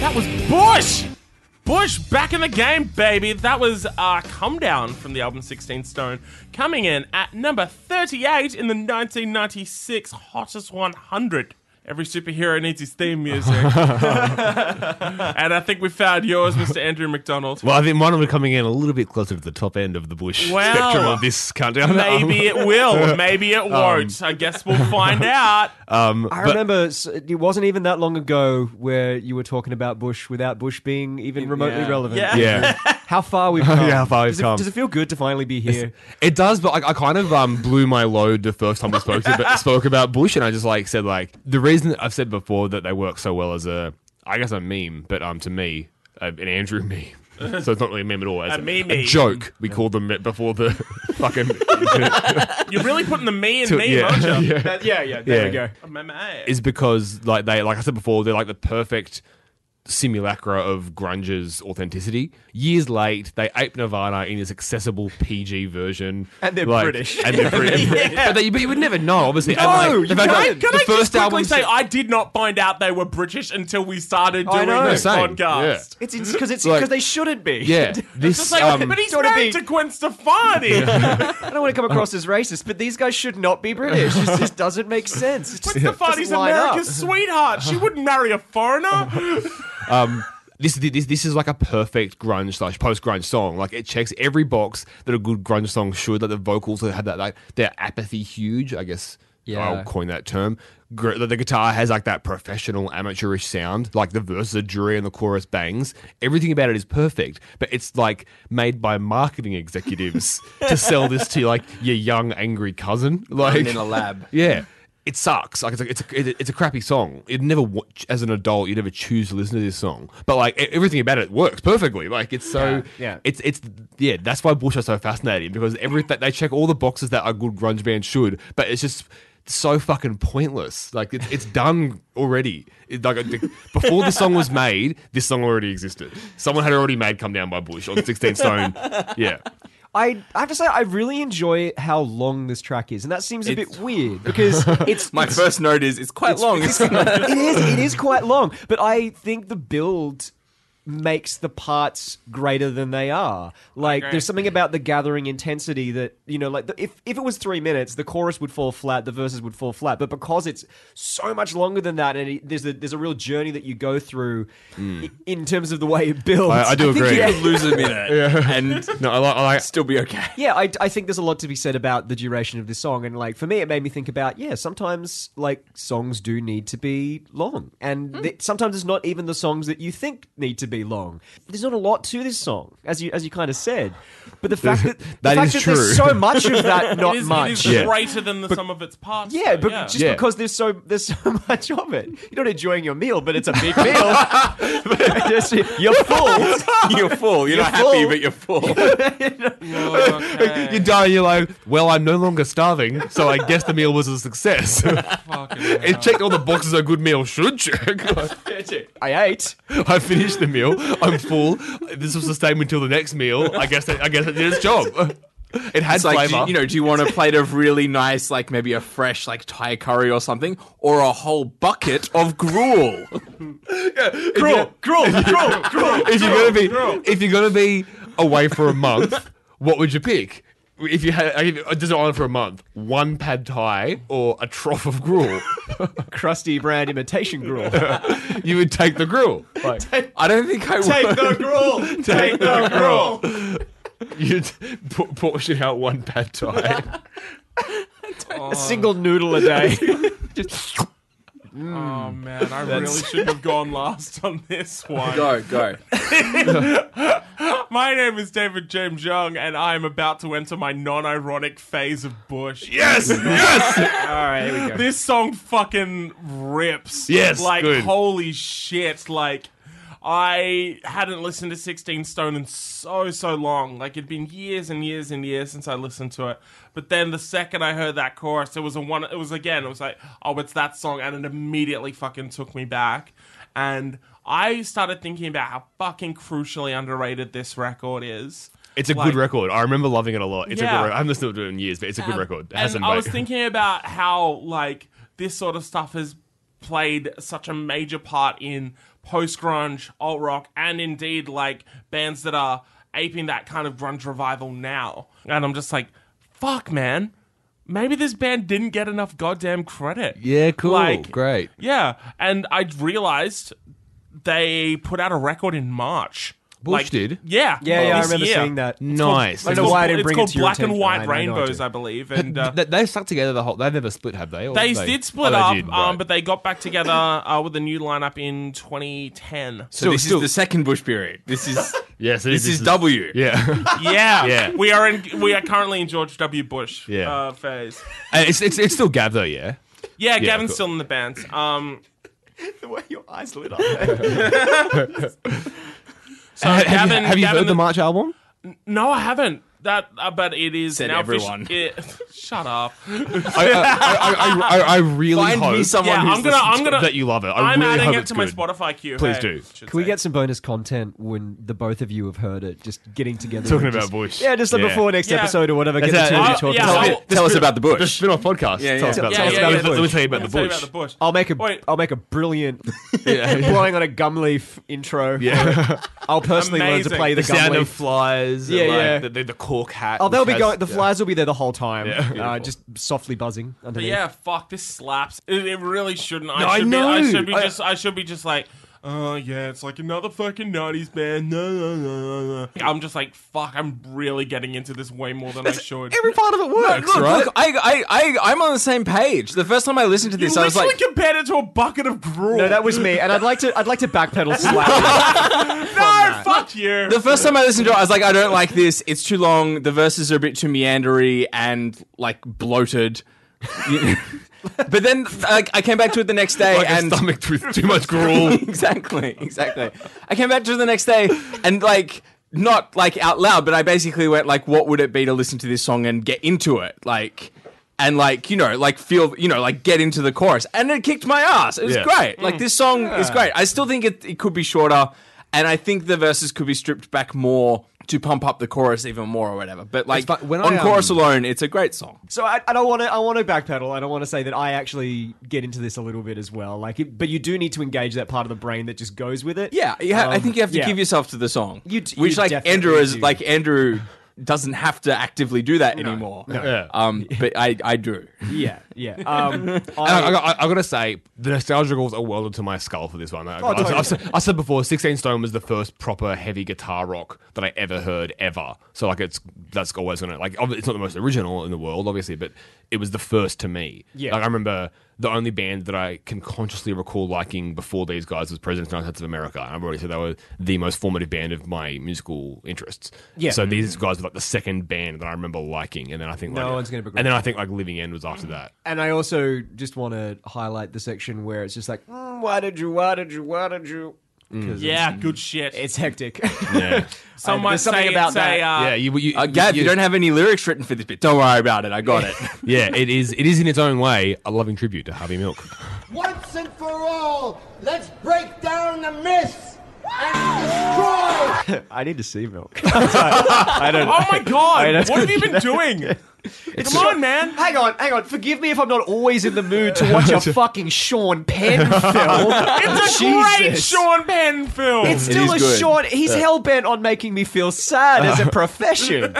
S1: That was Bush! Bush back in the game, baby. That was uh, Come Down from the album 16 Stone, coming in at number 38 in the 1996 Hottest 100. Every superhero needs his theme music. and I think we found yours, Mr. Andrew McDonald.
S4: well, I think mine will be coming in a little bit closer to the top end of the Bush
S1: Well,
S4: spectrum of this countdown.
S1: Maybe it will. Maybe
S4: Um,
S1: it won't. I guess we'll find out.
S2: I remember s- it wasn't even that long ago where you were talking about Bush without Bush being even remotely
S3: yeah.
S2: relevant.
S1: Yeah.
S4: yeah.
S2: How far we've come.
S4: how far we've
S2: does
S4: come.
S2: It, does it feel good to finally be here?
S4: It does, but I, I kind of um, blew my load the first time we spoke to, but spoke about Bush, and I just like said like the reason that I've said before that they work so well as a I guess a meme, but um to me a, an Andrew meme. So it's not really a meme at all. It's
S1: A meme.
S4: joke. We called them it before the fucking.
S1: You're really putting the me in
S4: to-
S1: me, aren't you?
S4: yeah.
S2: yeah, yeah.
S4: there we Yeah.
S1: Oh, my man.
S4: Is because like they like I said before, they're like the perfect simulacra of grunge's authenticity. Years late, they ape Nirvana in this accessible PG version,
S2: And they're
S4: like-
S2: British.
S4: and they're British.
S1: Yeah.
S4: but, they, but you would never know, obviously.
S2: No,
S4: and,
S2: you
S4: the fact that
S2: can't.
S1: Oh, Can, can
S4: the
S1: I just
S4: first
S1: quickly
S4: album
S1: say "Oh, I did not find out they were British until we started
S2: I
S1: doing
S2: know.
S1: this
S4: Same,
S1: podcast.
S2: It's because it's
S4: Like-
S2: because they shouldn't be.
S4: yeah, this
S1: It's like,
S4: um,
S1: but he's
S2: gotta
S1: married
S2: be-
S1: to Gwen Stefani.
S2: I don't want to come across as racist, but these guys should not be British. It just doesn't make sense. It just
S1: Gwen Stefani's
S2: doesn't line up.
S1: America's sweetheart. She wouldn't marry a foreigner.
S4: this this this is like a perfect grunge slash post grunge song. Like it checks every box that a good grunge song should. Like the vocals that have that like their apathy huge. I guess
S2: Yeah.
S4: I'll coin that term. Gr- The, the guitar has like that professional amateurish sound. Like the verses are dreary and the chorus bangs. Everything about it is perfect, but it's like made by marketing executives to sell this to like your young angry cousin. Like
S3: I'm in a lab.
S4: yeah. It sucks. Like it's a, it's a, it's a crappy song. You'd never watch as an adult. You'd never choose to listen to this song. But like e- everything about it works perfectly. Like it's so
S2: yeah.
S4: It's it's yeah. That's why Bush are so fascinating because every they check all the boxes that a good grunge band should. But it's just so fucking pointless. Like it's it's done already. It, like the- before this song was made, this song already existed. Someone had already made "Come Down" by Bush on Sixteen Stone. Yeah.
S2: I, I have to say, I really enjoy how long this track is, and that seems a
S3: It's-
S2: bit weird because it's
S3: My first note is it's quite long.
S2: it is it is quite long, but I think the build makes the parts greater than they are. Like
S1: agree.
S2: there's something about the gathering intensity that you know, like the, if if it was three minutes, the chorus would fall flat, the verses would fall flat. But because it's so much longer than that, and it, there's a there's a real journey that you go through i- in terms of the way it builds.
S4: I, I do agree.
S3: You could lose a minute and
S4: No, I like. I like
S3: still be okay.
S2: yeah, I, I think there's a lot to be said about the duration of this song, and like for me, it made me think about yeah, sometimes like songs do need to be long, and th- sometimes it's not even the songs that you think need to be long. There's not a lot to this song, as you as you kind of said, but the fact that the
S4: That
S2: fact
S4: is
S2: that there's
S4: true.
S2: so much of that, not
S1: it is,
S2: much.
S1: It is
S4: Yeah.
S1: greater than the sum of its parts.
S2: Yeah,
S1: though,
S2: but
S1: yeah.
S2: just
S4: Yeah.
S2: because there's so there's so much of it, you're not enjoying your meal, but it's a big meal. Just- you're full.
S3: You're full. You're,
S2: You're
S3: not happy,
S2: full.
S3: but you're full.
S1: Oh, okay.
S4: you die, you're like, well, I'm no longer starving, so I guess the meal was a success.
S1: Fucking
S4: it checked all the boxes a good meal should check. Like,
S2: I ate.
S4: I finished the meal. I'm full. This will sustain me until the next meal. I guess. That, I guess it did its job. It had
S3: It's like, do
S4: flavor.
S3: you, you know, do you want a plate of really nice, like maybe a fresh, like Thai curry or something, or a whole bucket of gruel?
S4: cruel, cruel, cruel, cruel. If you're gonna be, if you're gonna be away for a month, what would you pick? If you had, if, just on for a month, one pad thai or a trough of gruel,
S2: Crusty brand imitation gruel.
S4: you would take the gruel. Like,
S3: I don't think I would.
S2: the gruel.
S4: take the gruel. You'd por- portion out one pad thai.
S2: a single noodle a day.
S1: Oh man, I really shouldn't have gone last on this one.
S3: Go, go.
S1: My name is David James Young, and I am about to enter my non-ironic phase of Bush.
S4: Yes, yes.
S2: All right, here we go.
S1: This song fucking rips.
S4: Yes,
S1: like
S4: good.
S1: holy shit. Like I hadn't listened to Sixteen Stone in so so long. Like it'd been years and years and years since I listened to it. But then the second I heard that chorus, it was a one. It was again. It was like oh, it's that song, and it immediately fucking took me back. And I started thinking about how fucking crucially underrated this record is.
S4: It's a
S1: Like-
S4: good record. I remember loving it a lot. It's a
S1: Yeah. Um,
S4: good record. I haven't listened to it in years, but it's a good record. It hasn't
S1: and I
S4: made-
S1: was thinking about how like this sort of stuff has played such a major part in post grunge, alt rock, and indeed like bands that are aping that kind of grunge revival now. And I'm just like, fuck, man. Maybe this band didn't get enough goddamn credit.
S4: Yeah, cool.
S1: Like-
S4: Great.
S1: Yeah, and I realized they put out a record in March.
S4: Bush did?
S1: Oh, Yeah,
S2: Yeah, yeah, I
S1: this
S2: remember
S1: year.
S2: seeing that.
S4: Nice.
S2: I don't
S1: It's
S2: know why I
S1: called-
S2: didn't
S1: it's
S2: bring it
S1: called
S2: to your
S1: Black and
S2: attention.
S1: White
S2: I know, I know I
S1: Rainbows,
S2: did.
S1: I, believe, and uh,
S4: Th- they stuck together the whole. They never split, have they? Or
S1: they, did split
S4: Oh, they
S1: up,
S4: did,
S1: um,
S4: right.
S1: but they got back together uh, with a new lineup in 2010.
S3: So this
S4: still-
S3: is the second bush period. This is
S4: yes, it
S3: this is W.
S4: Yeah,
S1: Yeah,
S4: Yeah.
S1: we are in we are currently in George W. Bush
S4: Yeah.
S1: uh, phase.
S4: And it's, it's it's still Gav though. Yeah,
S1: Yeah, Gavin's
S4: cool.
S1: still in the band. Um,
S2: The way your eyes lit up.
S1: so
S4: Ha- have, you-
S1: Gavin,
S4: have you,
S1: Gavin
S4: heard the March album?
S1: No, I haven't. That, uh, but it is
S3: Said
S1: now.
S3: everyone.
S1: Official, it, shut up.
S4: I, I, I, I, I- I really
S3: Find
S4: hope
S3: me someone
S1: Yeah,
S3: who's
S1: I'm gonna.
S3: listening
S1: I'm
S3: to-
S1: gonna.
S4: that you love it. I
S1: am
S4: really
S1: adding
S4: hope
S1: it
S4: it's
S1: to my
S4: good.
S1: Spotify queue.
S4: Please
S1: hey,
S4: do.
S1: should
S2: Can we
S1: say.
S2: get some bonus content when the both of you have heard it? Just getting together,
S4: Talking
S2: and
S4: about
S2: just-
S4: Bush.
S2: Yeah, just like
S4: Yeah.
S2: before next
S1: Yeah.
S2: episode or whatever. Get the
S4: That's
S2: two
S4: how-
S2: of you
S1: I'll-
S2: talking.
S1: yeah,
S2: about
S1: I'll-
S2: it.
S3: Tell us about the
S4: The
S3: bush.
S4: spin-off podcast.
S3: Yeah,
S4: Tell us
S3: yeah.
S4: about
S1: Yeah, yeah,
S4: that. Let me-
S1: yeah.
S4: let, me tell you about
S1: Let's
S4: the
S1: say
S4: bush.
S1: about the bush.
S2: I'll make a.
S1: Wait.
S2: will make a brilliant
S4: Yeah.
S2: blowing on a gum leaf intro.
S4: Yeah,
S2: I'll personally learn
S1: Amazing.
S2: to play the,
S4: the
S2: gum
S4: sound of
S2: leaf.
S4: flies. and
S2: Yeah,
S4: like
S2: yeah.
S4: The, the, the cork hat.
S2: Oh, they'll
S4: which
S2: be
S4: has-
S2: going. The
S4: yeah.
S2: flies will be there the whole time,
S4: Yeah.
S2: uh,
S4: Beautiful.
S2: just softly buzzing
S1: But
S2: underneath.
S1: yeah, fuck, this slaps. It, it really shouldn't. I
S4: No,
S1: should Be, I
S4: I know.
S1: should be
S4: I-
S1: just. I should be just like. Oh yeah, it's like another fucking '90s band. No, no, no, no, no. I'm just like, fuck. I'm really getting into this way more than I should.
S4: Every part of it works,
S3: Look,
S4: right?
S3: look, I, I, I, I'm on the same page. The first time I listened to
S1: you
S3: this, I
S1: literally
S3: was like,
S1: compared it to a bucket of gruel.
S2: No, that was me, and I'd like to. I'd like to backpedal slightly.
S1: no, fuck you.
S3: The first time I listened to it, I was like, I don't like this. It's too long. The verses are a bit too meandery and like bloated. but then like, I came back to it the next day
S4: Like
S3: and
S4: a stomach with too much gruel.
S3: exactly, exactly. I came back to it the next day and like not like out loud, but I basically went like, what would it be to listen to this song and get into it, like. And like you know, like feel you know, like get into the chorus, and it kicked my ass. It was
S4: Yeah.
S3: great. Like this song is great. I still think it, it could be shorter, and I think the verses could be stripped back more to pump up the chorus even more or whatever. But like
S4: fu- when
S3: on
S4: I, um,
S3: chorus alone, it's a great song.
S2: So I, I don't want to. I want to backpedal. I don't want to say that I actually get into this a little bit as well. Like, it, but you do need to engage that part of the brain that just goes with it.
S3: Yeah, you ha- I
S2: Um,
S3: think you have to
S2: yeah.
S3: give yourself to the song.
S2: You d-
S3: which
S2: you
S3: like
S2: definitely
S3: Andrew is
S2: do.
S3: like Andrew doesn't have to actively do that anymore.
S4: Yeah.
S3: Um, but I I do. Uh,
S2: yeah, yeah. Um, I,
S4: I, I, got- I, I gotta say, the nostalgia goals are welded to my skull for this one. I, I,
S2: Oh, totally.
S4: I, said, I said before, Sixteen Stone was the first proper heavy guitar rock that I ever heard ever. So like, it's that's always gonna like. obvi- It's not the most original in the world, obviously, but it was the first to me.
S2: Yeah.
S4: Like I remember the only band that I can consciously recall liking before these guys was Presidents of the United States of America. And I've already said they were the most formative band of my musical interests.
S2: Yeah.
S4: So these guys were like the second band that I remember liking, and then I think
S2: No
S4: like,
S2: one's gonna begrudge
S4: And then I think like Living End was after that.
S2: and I also just want to highlight the section where it's just like, mm, why did you? Why did you? Why did you? 'Cause
S1: Yeah, good shit.
S2: it's, it's hectic.
S4: Yeah.
S1: Some might
S2: there's something
S1: say
S2: about
S1: it's a,
S2: that.
S1: uh,
S4: yeah, you, you,
S3: Uh, Gav, you, don't have any lyrics written for this bit. Don't worry about it. I got it.
S4: Yeah, it is. It is in its own way a loving tribute to Harvey Milk.
S8: Once and for all, let's break down the myths and destroy
S2: I need to see milk.
S1: Oh my
S2: I know.
S1: god! What have you been doing? Come on, man.
S2: hang on, hang on. Forgive me if I'm not always in the mood to watch a fucking Sean Penn film.
S1: It's a great
S2: Jesus.
S1: Sean Penn film.
S2: It's still
S3: is
S2: a
S3: good.
S2: short. He's hell bent on making me feel sad as a profession.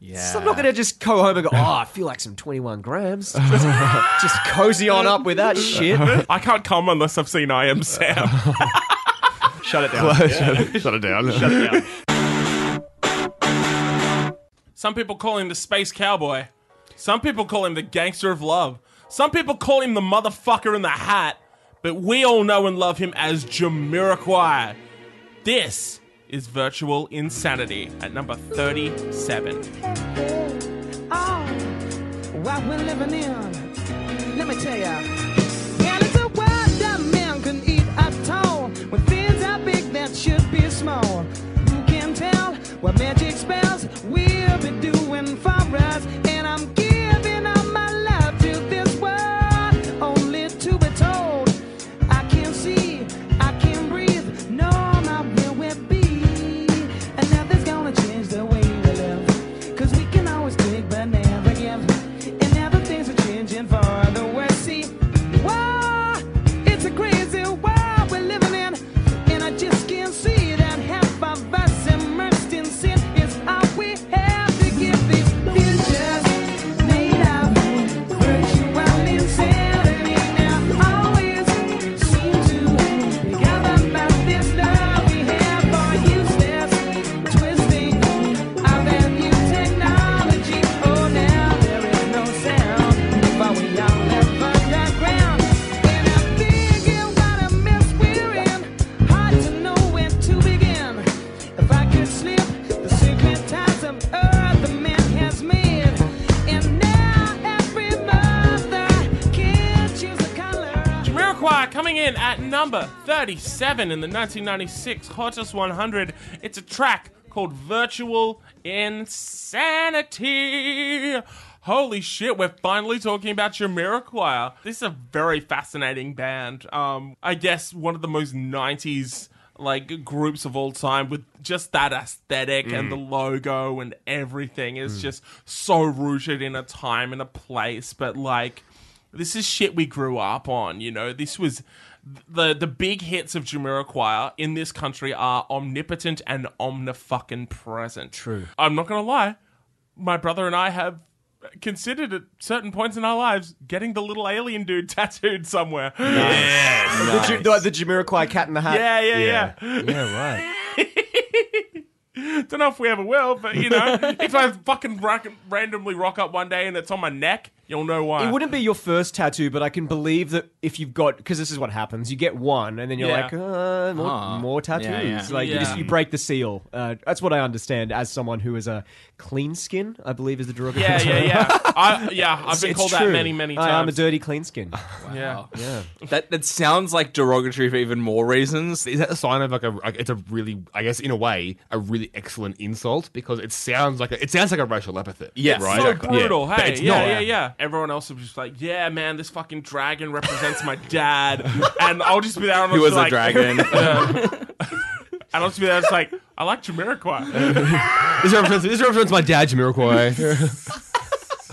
S3: yeah.
S2: So I'm not going to just go home and go, oh, I feel like some 21 grams. Just, just cozy on up with that shit.
S9: Oh,
S1: I can't come unless I've seen I Am Sam.
S2: Shut it down.
S4: Shut it down.
S1: Some people call him the space cowboy. Some people call him the gangster of love. Some people call him the motherfucker in the hat. But we all know and love him as Jamiroquai. This is Virtual Insanity at number 37.
S9: Oh, what we're living in. Let me tell ya. And it's a world that man can eat at all. When things are big that should be small. Who can tell what magic spells we'll be doing for us? And I'm giving all my love to this world, only to be told. I can't see, I can't breathe, no, I'm not where we'll be. And nothing's gonna change the way we live. Cause we can always take but never give. And now the things are changing for the worse. See, wow, it's a crazy world we're living in. And I just can't see that half of us immersed in sin is how we have to give these futures made up. Virtual insanity now always seems to be governed by this love we have for useless twisting of that new technology. Oh, now there is no sound, but we all left underground. And I figure what a mess we're in, hard to know where to begin. If I could slip the secret ties of earth the man has made, and now every mother can choose a color.
S1: Jamiroquai coming in at number 37 in the 1996 Hottest 100. It's a track called Virtual Insanity. Holy shit, we're finally talking about Jamiroquai. This is a very fascinating band. Um, I guess one of the most 90s like groups of all time with just that aesthetic and the logo and everything is just so rooted in a time and a place but like this is shit we grew up on. You know, this was the the big hits of Jamiroquai in this country are omnipotent and omnifucking present. True. I'm not gonna lie, my brother and I have considered at certain points in our lives getting the little alien dude tattooed somewhere.
S2: The, Ju- the, the Jamiroquai cat in the hat.
S1: Yeah, yeah, yeah.
S2: Yeah, right.
S1: Don't know if we ever will, but you know, if I fucking rock, randomly rock up one day and it's on my neck, you'll know why.
S2: It wouldn't be your first tattoo, but I can believe that if you've got because this is what happens, you get one and then you're
S1: Yeah.
S2: like, uh, more,
S3: Huh.
S2: more tattoos.
S3: Yeah, yeah.
S2: Like you
S1: Yeah.
S2: just you break the seal. Uh, that's what I understand as someone who is a clean skin. I believe is the derogatory
S1: yeah,
S2: term.
S1: yeah, yeah. I, yeah, I've
S2: It's-
S1: been
S2: it's
S1: called that
S2: true.
S1: many, many times.
S2: I am a dirty clean skin.
S1: yeah.
S2: yeah.
S3: That that sounds like derogatory for even more reasons.
S4: Is that a sign of like a? Like, it's a really, I guess, in a way, a really excellent insult because it sounds like a, it sounds like a racial epithet.
S3: Yes.
S4: right.
S1: so
S3: Exactly.
S1: brutal.
S4: Yeah. But
S1: Hey,
S4: it's
S1: yeah,
S4: not.
S1: yeah, yeah. Everyone else was just like, "Yeah, man, this fucking dragon represents my dad," and I'll just be there. And
S3: He
S1: I'll
S3: was
S1: just like,
S3: a dragon.
S1: And I'll just be there. It's like, I like Jamiroquai.
S4: This represents, this represents my dad's Jamiroquai.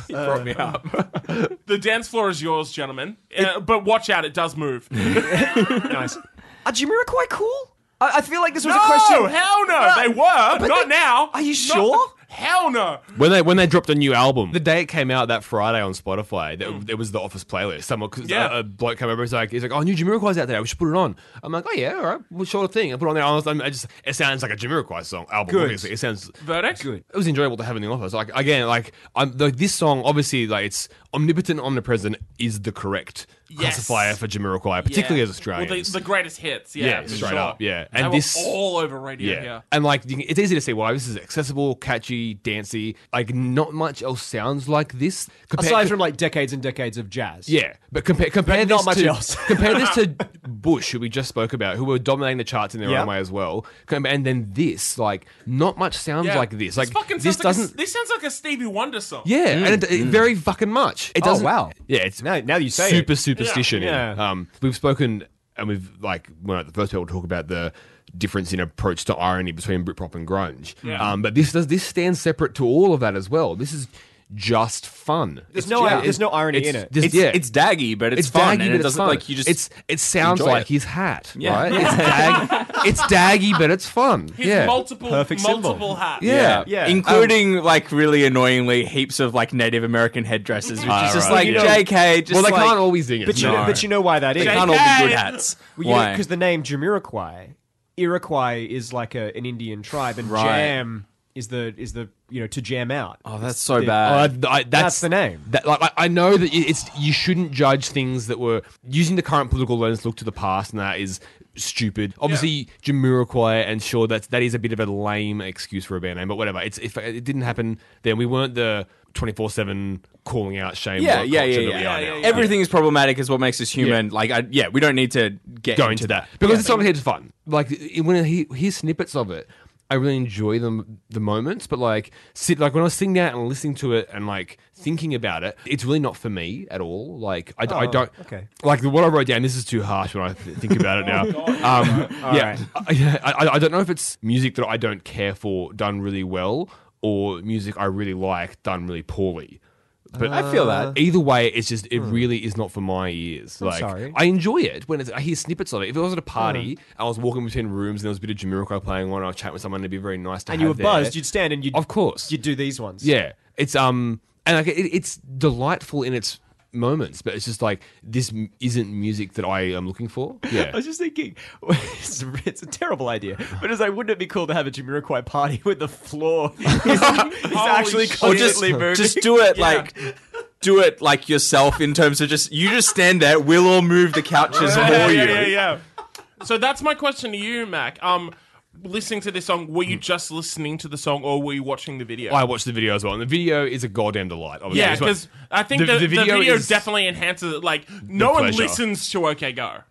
S3: brought me up.
S1: The dance floor is yours, gentlemen. Uh, but watch out, it does move.
S2: nice.
S1: Uh,
S2: Are Jamiroquai cool? I, I feel like this was
S1: no,
S2: a question.
S1: hell no. they were. Uh, Not now.
S2: Are you
S1: Not-
S2: sure?
S1: hell no.
S4: when they when they dropped a new album, the day it came out that Friday on Spotify, there, there was the Office playlist. Someone, cause
S1: Yeah.
S4: a, a bloke came over, he's like, he's like, oh, new Jamiroquai's out there. We should put it on. I'm like, oh yeah, all right, well, sure thing. I put it on there. I, was, I just it sounds like a Jamiroquai song album.
S2: Good.
S4: Obviously, it sounds
S1: Verdict?
S2: Good.
S4: it was enjoyable to have in the office. Like again, like I'm, the, this song, obviously, like it's omnipotent, omnipresent is the correct
S1: Yes.
S4: classifier for Jamiroquai, particularly
S1: Yeah.
S4: as Australians.
S1: Well, the, the greatest hits. Yeah,
S4: Yeah,
S1: for
S4: straight
S1: sure.
S4: up, yeah.
S1: They
S4: And
S1: were
S4: this-
S1: all over radio. Yeah.
S4: And like you can, it's easy to see why this is accessible, catchy, dancey. Like not much else sounds like this. Compare-
S2: Aside from like decades and decades of jazz.
S4: yeah, but compare compare
S2: But not
S4: this
S2: much
S4: to
S2: else.
S4: compare this to Bush, who we just spoke about, who were dominating the charts in their
S2: Yeah.
S4: own way as well. Com- And then this, like not much sounds
S1: Yeah.
S4: like this. Like
S1: fucking
S4: this
S1: sounds like a-
S4: doesn't.
S1: this sounds like a Stevie Wonder song.
S4: yeah, and it, it very fucking much. It
S2: Mm. Oh,
S4: doesn't.
S2: wow.
S4: Yeah, it's
S2: Now, now you say
S4: super
S2: it.
S4: superstition.
S2: Yeah.
S4: Yeah. Um, we've spoken and we've like we're not the first people to talk about the difference in approach to irony between Britpop and grunge. Um, but this does this stands separate to all of that as well. This is just fun.
S2: There's no, there's no irony in it.
S4: This-
S3: It's,
S4: yeah.
S3: it's daggy, but it's,
S4: It's
S3: fun. and
S4: daggy, but
S3: it
S4: it's
S3: doesn't
S4: fun.
S3: like you just.
S4: it's it sounds
S3: enjoy
S4: like
S3: it.
S4: his hat,
S3: Yeah.
S4: right? It's dag, it's daggy, but it's fun.
S1: His
S4: yeah,
S1: multiple
S2: Perfect symbol.
S1: multiple hats.
S4: yeah,
S2: Yeah.
S3: uh, including like really annoyingly heaps of like Native American headdresses, which
S4: Ah,
S3: is just
S4: right.
S3: like
S4: You know-
S3: JK. Just
S4: Well, they
S3: like,
S4: can't always sing it.
S2: But you, know,
S3: No.
S2: but you know why that is.
S3: they can't all be good hats. Why?
S2: Because the name Jamiroquai, Iroquois is like a, an Indian tribe, and
S3: Right.
S2: jam is the is the you know to jam out.
S3: oh, that's so
S2: Yeah.
S3: bad.
S4: Uh, th- I, that's,
S2: That's the name.
S4: That, like, I- I know that it- it's you shouldn't judge things that were using the current political lens. to Look to the past, and that is stupid. Obviously, Jamiroquai, and sure, that's that is a bit of a lame excuse for a band name, but whatever. It's if it didn't happen, then we weren't the twenty four seven calling out shame.
S3: yeah,
S4: culture
S3: yeah, yeah, yeah.
S4: that we are
S1: yeah,
S4: now.
S1: yeah.
S3: Everything is problematic, is what makes us human. Like, I, yeah, we don't need to get
S4: Go
S3: into
S4: into that because it's not here fun. Like it- when I hear, hear snippets of it, I really enjoy them the moments. But like sit like when I was sitting down and listening to it and like thinking about it, it's really not for me at all. Like I, d- I
S2: Oh,
S4: don't
S2: okay. Oh,
S4: like what I wrote down. This is too harsh when I th- think about it now. um, yeah, I, yeah, I, I don't know if it's music that I don't care for done really well or music I really like done really poorly. But
S3: I feel
S2: Uh,
S3: that.
S4: Either way, it's just it really is not for my ears. like
S2: hmm. sorry. Hmm.
S4: I enjoy it when it's, I hear snippets of it. If it was at a party, I was walking between rooms and there was a bit of Jamiroquai playing on, and I was chatting with someone, it'd be very nice to.
S2: and
S4: have
S2: you were
S4: there.
S2: buzzed, you'd stand and you'd
S4: Of course.
S2: you'd do these ones.
S4: yeah, it's um, and like it, it's delightful in its moments, but it's just like this m- isn't music that I am looking for.
S2: I
S4: Yeah,
S2: was just thinking, it's a, it's a terrible idea, but it's like, wouldn't it be cool to have a Jamiroquai party with the floor is, is actually
S1: shit.
S3: Or just,
S2: constantly moving?
S3: just do it like. Do it like yourself in terms of just you just stand there. We'll all move the couches for
S1: yeah,
S3: you.
S1: yeah, yeah, yeah, yeah. So that's my question to you, Mac. Um, listening to this song, were you just listening to the song, or were you watching the video?
S4: I watched the video as well, and the video is a goddamn delight. obviously.
S1: yeah,
S4: It's what-
S1: because I think the,
S4: The-
S1: the
S4: the
S1: video,
S4: video is-
S1: definitely enhances it. Like no one
S4: pleasure.
S1: listens to OK Go.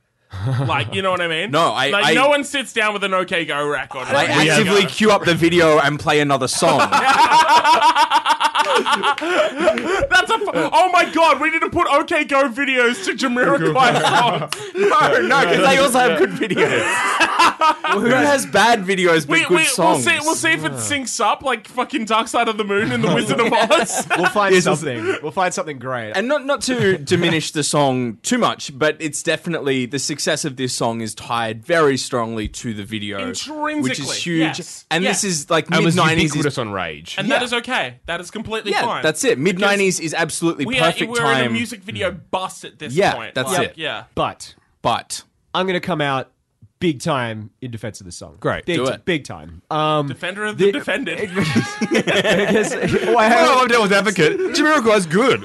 S1: Like you know what I mean?
S3: No, I-
S1: like
S3: I-
S1: no one sits down with an OK Go record.
S3: I
S1: Like, we
S3: actively
S1: go.
S3: queue up the video and play another song.
S1: That's a. Fu- oh my god, we need to put OK Go videos to Jamiroquai songs.
S3: No, no, because they also have good videos. who has bad videos but
S1: We,
S3: good
S1: we, we'll
S3: songs?
S1: see. We'll see if it syncs up like fucking Dark Side of the Moon and The Wizard of Oz.
S2: we'll find something. We'll find something great.
S3: and not not to diminish the song too much, but it's definitely the success of this song is tied very strongly to the video, which is
S1: Intrinsically,
S3: huge.
S1: yes,
S3: And
S1: yeah.
S3: this is like
S4: and
S3: mid
S4: was
S3: nineties.
S4: ubiquitous on Rage.
S1: and that is okay. That is completely
S3: Yeah,
S1: fine.
S3: that's it. Mid nineties is absolutely
S1: We are,
S3: perfect
S1: we're in a
S3: time.
S1: music video bust at this
S3: Yeah,
S1: point.
S3: that's
S1: Like,
S3: it.
S1: Yeah.
S2: but
S3: but
S2: I'm going to come out big time in defense of this song.
S4: Great,
S2: big,
S3: do it.
S2: big time. Um,
S1: Defender of the, defended.
S2: because- well, I
S4: Oh, I'm
S2: have-
S4: devil's advocate. Jamiroquai's good.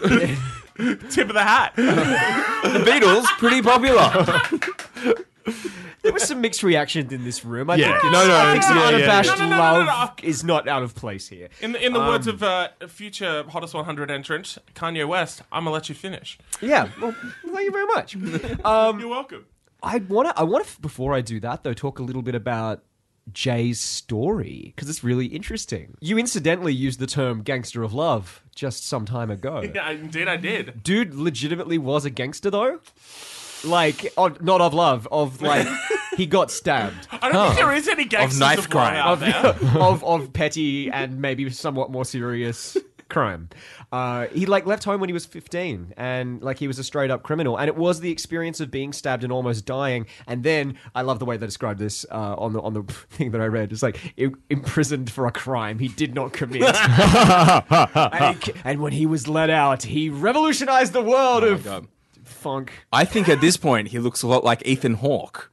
S1: Tip of the hat.
S3: the Beatles pretty popular. Oh
S2: there was some mixed reactions in this room. I
S4: Yeah.
S2: think, it's-
S4: No, no,
S2: I think some
S4: yeah, yeah, yeah.
S2: unabashed
S1: No, no, no, no,
S2: love
S1: no,
S2: is not out of place here.
S1: In the, in the words of uh, future hottest 100 entrant Kanye West, I'm gonna let you finish.
S2: Yeah, well, thank you very much. Uh,
S1: You're welcome.
S2: I want to. I want to. Before I do that, though, talk a little bit about Jay's story because it's really interesting. You incidentally used the term "gangster of love" just some time ago.
S1: Yeah, indeed, I did.
S2: Dude, legitimately was a gangster though. Like, of, not of love, of like. He got stabbed
S1: I don't think there is any gangsters
S3: knife
S1: of war
S3: crime.
S1: out
S3: Of-
S1: there.
S2: of of petty and maybe somewhat more serious crime. Uh, he like left home when he was 15 and like he was a straight up criminal and it was the experience of being stabbed and almost dying and then I love the way they described this uh, on the on the thing that I read it's like i- imprisoned for a crime he did not commit and, he- and when he was let out he revolutionized the world of
S3: Oh God.
S2: funk
S3: I think at this point he looks a lot like Ethan Hawke.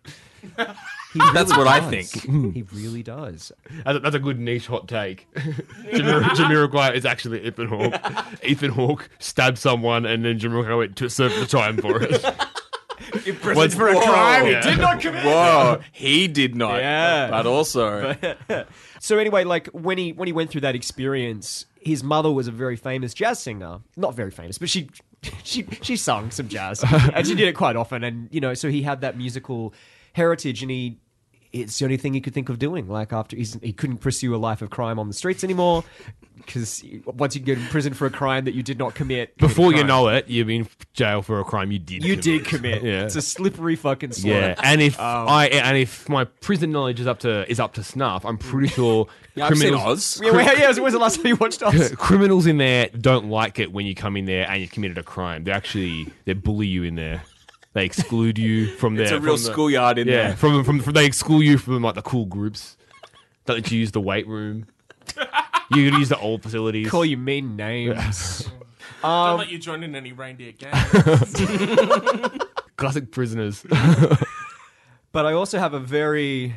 S2: He
S3: That's
S2: really
S3: what I
S2: does. he really does
S4: That's a, that's a good niche hot take. Jamir- Jamiroquai is actually Ethan Hawke. Ethan Hawke stabbed someone, and then Jamiroquai went to serve the time for it. Imprisoned
S3: for a crime he did
S4: not
S3: Whoa, he did not.
S2: Yeah.
S3: But also,
S2: So anyway, like when he when he went through that experience, his mother was a very famous jazz singer. Not very famous, but she she she sung some jazz and she did it quite often. And you know, so he had that musical heritage, and he it's the only thing he could think of doing. Like after he's, he couldn't pursue a life of crime on the streets anymore because once you get in prison for a crime that you did not commit,
S4: Before you
S2: commit a crime.
S4: know it, you're in jail for a crime you did.
S2: you
S4: commit.
S2: did commit.
S4: Yeah.
S2: It's a Um, slippery fucking slope.
S4: yeah, and if I and if my prison knowledge is up to is up to snuff, I'm pretty sure
S3: I've seen
S4: criminals
S3: Oz.
S2: Yeah, where- yeah, when's the last time you watched us?
S4: criminals in there don't like it when you come in there and you've committed a crime. They actually they bully you in there. They exclude you from there.
S3: It's a real
S4: from the-
S3: schoolyard in
S4: Yeah,
S3: there.
S4: from, from from they exclude you from like the cool groups. Don't let you use the weight room. You could use the old facilities.
S2: Call you mean names.
S1: Don't let you join in any reindeer games.
S4: Classic prisoners.
S2: But I also have a very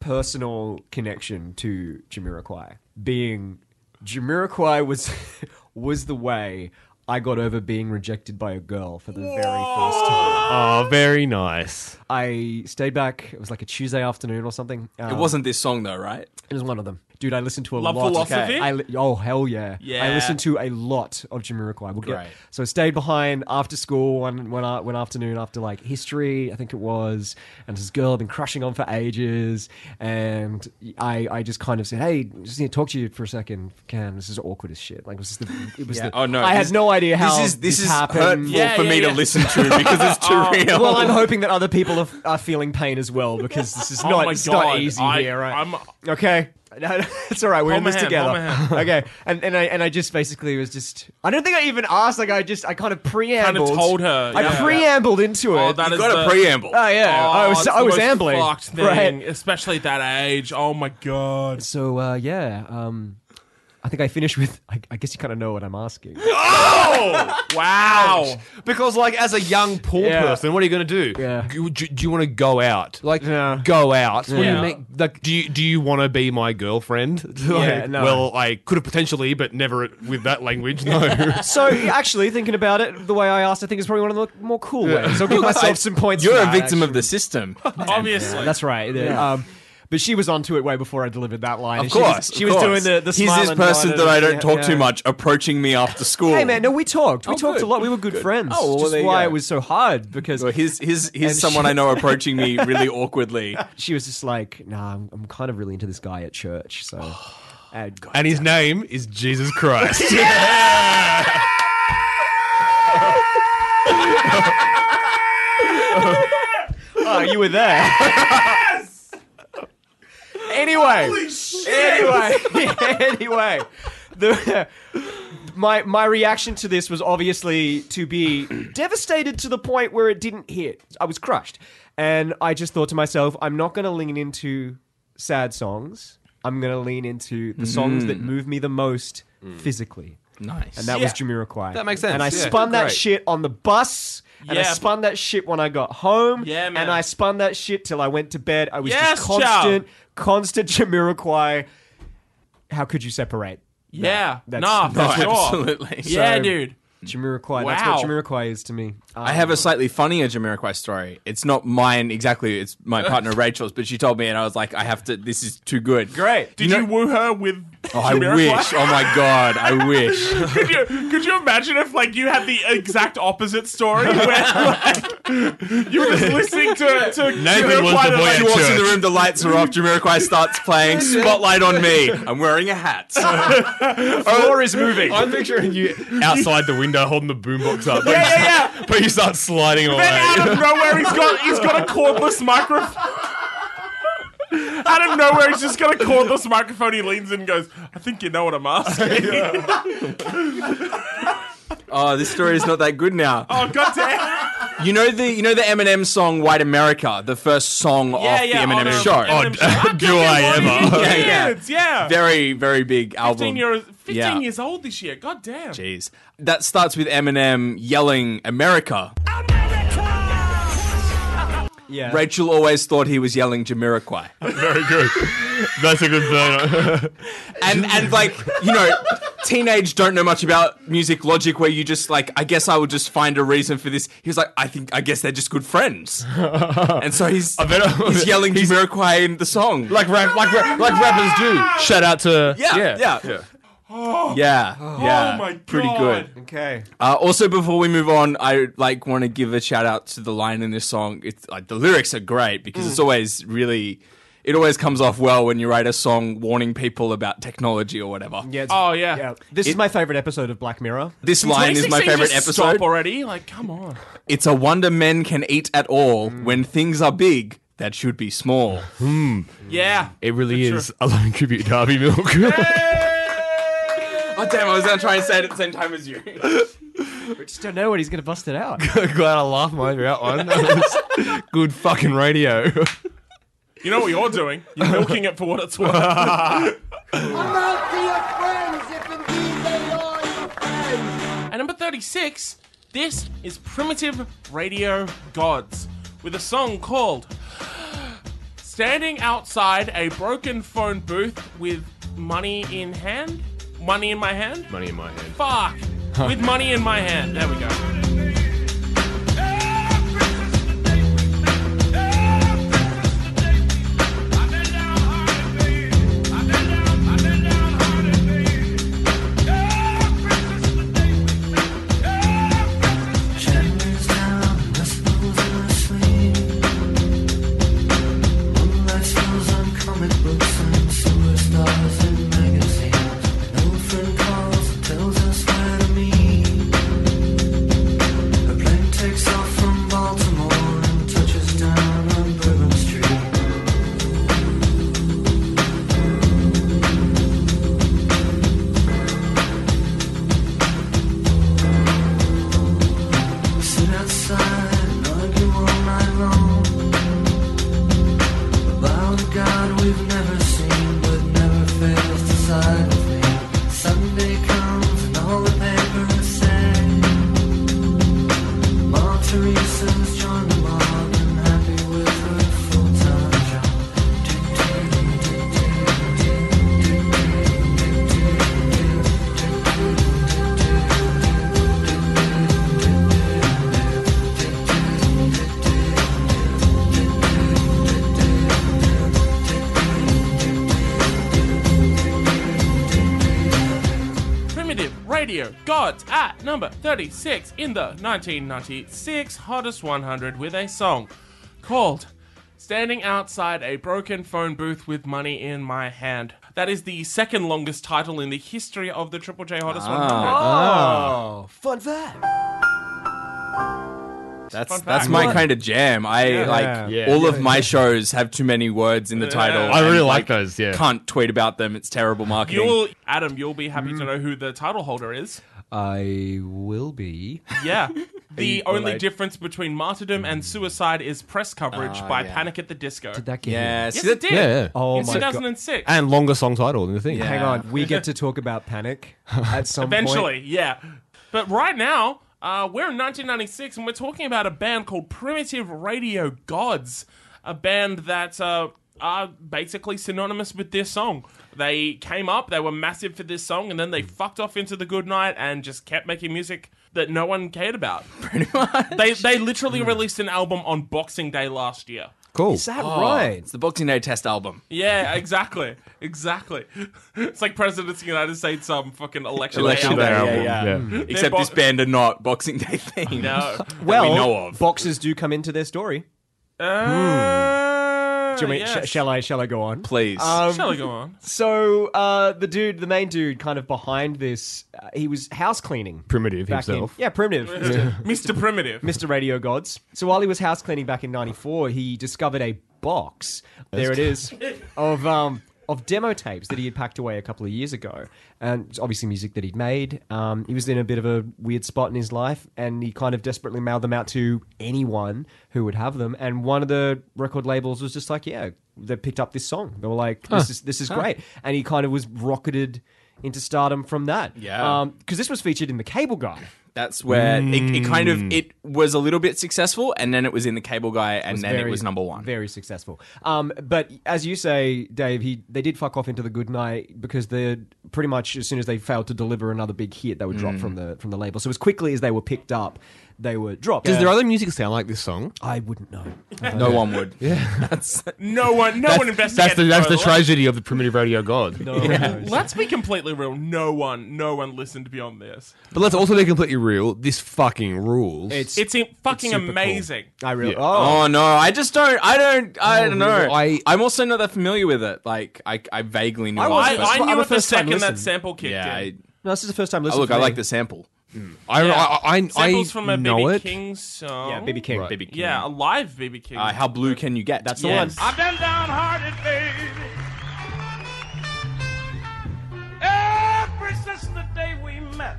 S2: personal connection to Jamiroquai. Being Jamiroquai was was the way I got over being rejected by a girl for the very first time.
S4: oh, very nice.
S2: I stayed back. It was like a Tuesday afternoon or something.
S3: It
S2: Um,
S3: wasn't this song though, right?
S2: It was one of them. Dude, I listened to a
S1: Love
S2: lot.
S1: Philosophy?
S2: I li- oh hell yeah!
S1: Yeah.
S2: I listened to a lot of Jamiroquai. We'll get-
S3: Great.
S2: So I stayed behind after school one one, a- one afternoon after like history, I think it was, and this girl I've been crushing on for ages, and I I just kind of said, hey, just need to talk to you for a second, Cam. This is awkward as shit. Like this is the it was
S3: Yeah.
S2: the
S3: Oh, no,
S2: I
S3: this-
S2: had no idea how
S3: this is this, is
S2: Oh, happened.
S3: hurtful
S1: Yeah,
S3: for
S1: yeah,
S3: me
S1: yeah.
S3: to listen to because it's too
S4: Oh.
S3: real.
S2: Well, I'm hoping that other people are, are feeling pain as well because this is
S1: Oh
S2: not,
S1: my
S2: it's
S1: God,
S2: not easy
S1: I-
S2: here, right?
S1: I'm-
S2: okay, No, no, it's all right. We're
S1: Hold
S2: in
S1: my
S2: this
S1: hand,
S2: together.
S1: hold my hand.
S2: Okay, and and I and I just basically was just I don't think I even asked. Like I just I kind of preambled,
S1: told her,
S2: I
S1: yeah.
S2: preambled into it.
S1: Oh, that
S3: you
S1: is
S3: got
S1: the-
S3: a preamble.
S2: Oh, yeah, I
S1: Oh,
S2: was
S1: it's
S2: I
S1: the
S2: was
S1: most
S2: ambling,
S1: fucked thing,
S2: right?
S1: Especially at that age. Oh my god.
S2: So uh, yeah, um, I think I finished with. I, I guess you kind of know what I'm asking.
S1: Wow.
S4: Because, like, as a young poor
S2: Yeah.
S4: person, what are you going to do?
S2: Yeah.
S4: Do, do- do you want to go out? Like,
S2: Yeah.
S4: go out. What do
S1: Yeah.
S4: you make? Like, do you do you want to be my girlfriend? Like,
S2: no.
S4: Well, I could have potentially, but never with that language. No.
S2: So actually, thinking about it, the way I asked, I think is probably one of the more cool ways. So I'll give myself some points.
S3: You're
S2: for
S3: a
S2: that,
S3: victim
S2: actually.
S3: of the system.
S1: Obviously.
S2: That's right. the- um, but she was onto it way before I delivered that line.
S3: Of
S2: And
S3: course,
S2: she was, she
S3: of
S2: was
S3: course.
S2: doing the, the
S3: He's
S2: smile
S3: this
S2: and
S3: person
S2: nodded
S3: that I
S2: and-
S3: don't
S2: yeah,
S3: talk
S2: yeah.
S3: too much approaching me after school.
S2: Hey man, no, we talked. We talked
S3: good.
S2: a lot. We were good, friends.
S3: Oh, well,
S2: just
S3: there you
S2: why
S3: go.
S2: it was so hard because
S3: Well, here's here's here's
S2: And
S3: someone I
S2: she-
S3: know approaching me really awkwardly.
S2: she was just like, "Nah, I'm, I'm kind of really into this guy at church." So, and
S4: and his name is Jesus Christ.
S2: oh, you were there. anyway. Anyway. anyway. The, my my reaction to this was obviously to be devastated to the point where it didn't hit. I was crushed. And I just thought to myself, I'm not going to lean into sad songs. I'm going to lean into the songs that move me the most physically.
S3: Nice.
S2: And that was Jamiroquai. That
S4: makes sense,
S2: And I
S4: yeah.
S2: spun that
S4: Great.
S2: shit on the bus. And I
S1: Yeah.
S2: spun that shit when I got home.
S1: Yeah, man.
S2: And I spun that shit till I went to bed. I was
S1: Yes,
S2: just
S1: child.
S2: constant, constant Jamiroquai. How could you separate?
S1: yeah.
S2: that's-
S1: nah, for
S2: that's-
S1: sure.
S3: Absolutely.
S1: Yeah,
S2: So-
S1: dude.
S2: Jamiroquai. That's what
S1: Wow.
S2: Jamiroquai is to me. Um,
S3: I have a slightly funnier Jamiroquai story. It's not mine exactly. It's my partner Rachel's, but she told me, and I was like, I have to. This is too good.
S2: Great.
S1: Did you, woo her with
S3: Oh, I
S1: Jamiroquai?
S3: wish. Oh my god, I wish.
S1: could you could you imagine if like you had the exact opposite story where like, you were just listening to to
S4: Nathan was
S1: Jamiroquai
S4: the
S1: and,
S4: boy
S1: like,
S4: at
S3: She
S1: you were-
S3: walks in the room, the lights are off. Jamiroquai starts playing "Spotlight on Me." I'm wearing a hat.
S1: Oh,
S2: Floor is moving.
S4: I'm picturing you outside the window holding the boombox up.
S1: Yeah, yeah, yeah.
S4: But you start sliding away.
S1: Then out of nowhere, he's got he's got a cordless microphone. Out of nowhere, he's just got a cordless microphone. He leans in and goes, I think you know what I'm asking.
S3: Oh, this story is not that good now.
S1: oh, goddamn.
S3: You know the you know the Eminem song "White America," the first song off
S1: Yeah, yeah.
S3: the Eminem
S1: on a-
S3: show.
S1: Eminem show. I
S4: do
S1: think
S4: I
S1: it was.
S4: ever.
S1: Yeah,
S3: Yeah,
S1: yeah. yeah.
S3: Very very big album.
S1: 15, years, 15
S3: Yeah.
S1: years old this year. God damn.
S3: Jeez, that starts with Eminem yelling "America."
S2: Yeah.
S3: Rachel always thought he was yelling Jamiroquai,
S4: Very good. That's a good burner.
S3: and and like you know, teenage don't know much about music logic. Where you just like, I guess I will just find a reason for this. He was like, I think I guess they're just good friends, and so he's
S4: I bet-
S3: he's yelling Jamiroquai in the song.
S4: like rap, like rap, like rappers do. Shout out to
S3: Yeah, yeah.
S1: Oh,
S3: yeah, yeah,
S1: oh my God.
S3: pretty good.
S2: Okay.
S3: Uh, also, before we move on, I like want to give a shout out to the line in this song. It's like the lyrics are great because it's always really, it always comes off well when you write a song warning people about technology or whatever.
S2: Yeah. It's,
S1: Oh, yeah.
S2: yeah. This is my favorite episode of Black Mirror.
S3: This line is my
S1: 2016,
S3: favorite
S1: just stop
S3: episode.
S1: already. Like, come on.
S3: It's a wonder men can eat at all when things are big that should be small.
S1: Yeah.
S4: It really is a long tribute to Harvey Milk.
S3: oh damn! I was gonna try and say it at the same time as you.
S2: I just don't know when he's going to bust it out.
S4: Glad I laughed my way out one. That was good fucking radio.
S1: You know what you're doing? You're milking it for what it's worth.
S8: Come out to your friends if indeed they are your friends.
S1: At number 36, this is Primitive Radio Gods with a song called Standing Outside a Broken Phone Booth with Money in Hand. Money in my hand?
S4: Money in my hand.
S1: Fuck! with money in my hand. There we go.
S6: Takes off from Baltimore and touches down on Bourbon Street. Sit outside and argue all night long About a God we've never seen But never fails to side with me Sunday comes and all the papers say Ma Teresa's joined the mob And happy with her full-time job
S1: Primitive Radio Gods at number 36 in the 1996 Hottest 100 with a song called Standing Outside a Broken Phone Booth with Money in My Hand. That is the second longest title in the history of the Triple J Hottest 100.
S2: Oh, fun fact.
S3: That's
S1: Fun fact.
S3: that's my kind of jam. I like
S4: Yeah.
S3: all of my shows have too many words in the title.
S4: I really
S3: and,
S4: like those, yeah.
S3: can't tweet about them. It's terrible marketing.
S1: You'll, Adam, you'll be happy to know who the title holder is.
S2: I will be.
S1: Yeah. The
S3: you
S1: only
S3: related?
S1: difference between martyrdom and suicide is press coverage by
S3: yeah.
S1: Panic at the Disco.
S2: Did that get
S3: yeah,
S1: Yes,
S3: see that-
S1: it did.
S4: Yeah, yeah.
S2: Oh
S1: in
S2: my god.
S1: 2006.
S4: And longer song title than the thing.
S2: Hang on, we get to talk about panic at some
S1: Eventually,
S2: point.
S1: yeah. But right now, uh, we're in 1996 and we're talking about a band called Primitive Radio Gods, a band that uh, are basically synonymous with this song. They came up, they were massive for this song, and then they fucked off into the good night and just kept making music that no one cared about. Pretty much. They, they literally released an album on Boxing Day last year.
S4: Cool.
S2: Is that
S3: Oh,
S2: right?
S3: It's the Boxing Day test album.
S1: Yeah, exactly. Exactly. It's like Presidents of the United States, um, fucking election,
S3: Election
S1: day
S3: Day,
S1: album.
S3: yeah,
S4: yeah.
S3: Except
S1: bo-
S3: this band are not Boxing Day themed.
S1: No.
S2: Well,
S3: we know of.
S2: boxes do come into their story.
S1: Uh,
S2: Do you want me- sh-
S1: yes.
S2: shall I? Shall I go on? Um,
S3: Please.
S1: Shall I go on?
S2: So uh, the dude, the main dude, kind of behind this, uh, he was house cleaning.
S4: Primitive
S2: back in-
S4: himself.
S2: yeah, primitive.
S1: Mr. Primitive.
S2: Mr. Radio Gods. So while he was house cleaning back in '94, he discovered a box. There it is. Of um of demo tapes that he had packed away a couple of years ago, and it's obviously music that he'd made. Um, he was in a bit of a weird spot in his life, and he kind of desperately mailed them out to anyone who would have them. And one of the record labels was just like, "Yeah, they picked up this song. They were like, this is this is great." And he kind of was rocketed into stardom from that.
S3: Yeah.
S2: because this was featured in the Cable Guy.
S3: That's where
S2: Mm.
S3: it, it kind of it was a little bit successful, and then it was in the Cable Guy, and then it
S2: very-
S3: was number one.
S2: Very successful. Um, but as you say, Dave, he they did fuck off into the good night because they're pretty much as soon as they failed to deliver another big hit, they were dropped from the from the label. So as quickly as they were picked up, they were dropped.
S4: Does their other music sound like this song?
S2: I wouldn't know.
S3: No one would. Yeah, that's
S1: No one, no one investigated.
S4: That's the that's the
S1: Lola.
S4: tragedy of the primitive radio god.
S1: Let's be completely real. No one, no one listened beyond this.
S4: But let's also be completely real. This fucking rules.
S2: It's,
S1: It's in- fucking
S4: super cool.
S1: amazing.
S2: I really
S4: yeah.
S2: oh,
S3: Oh no, I just don't. I don't. I don't know.
S4: I-
S3: I, I'm also not that familiar with it. Like I, I vaguely knew. of
S1: I,
S3: it.
S1: I
S2: I'm
S1: knew
S2: a
S1: it the
S2: first time
S1: second that
S2: listen.
S1: sample kicked
S3: yeah.
S1: in.
S3: I,
S2: no, this is the first time
S3: oh,
S2: listening.
S3: look,
S2: for
S3: I
S2: me.
S3: like the sample.
S4: I,
S1: Yeah.
S4: I, I, I
S1: Samples from a
S4: know
S1: BB
S4: it.
S1: King song.
S2: yeah, BB King.
S3: Baby King.
S1: Yeah, a live BB King.
S3: Uh, how blue can you get?
S2: That's the
S1: Yes.
S2: one.
S1: I've been downhearted, baby. Ever since the day we met.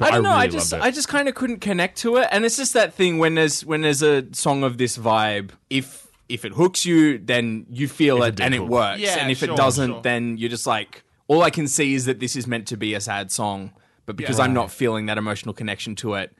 S3: I don't know.
S4: really
S3: I just
S4: loved it.
S3: I just kind of couldn't connect to it, and it's just that thing when there's when there's a song of this vibe. If if it hooks you, then you feel
S4: It's a
S3: it
S4: deep
S3: and it
S4: hook.
S3: works.
S1: Yeah,
S3: and if
S1: sure,
S3: it doesn't,
S1: sure.
S3: then you're just like, all I can see is that this is meant to be a sad song, but because I'm not feeling that emotional connection to it,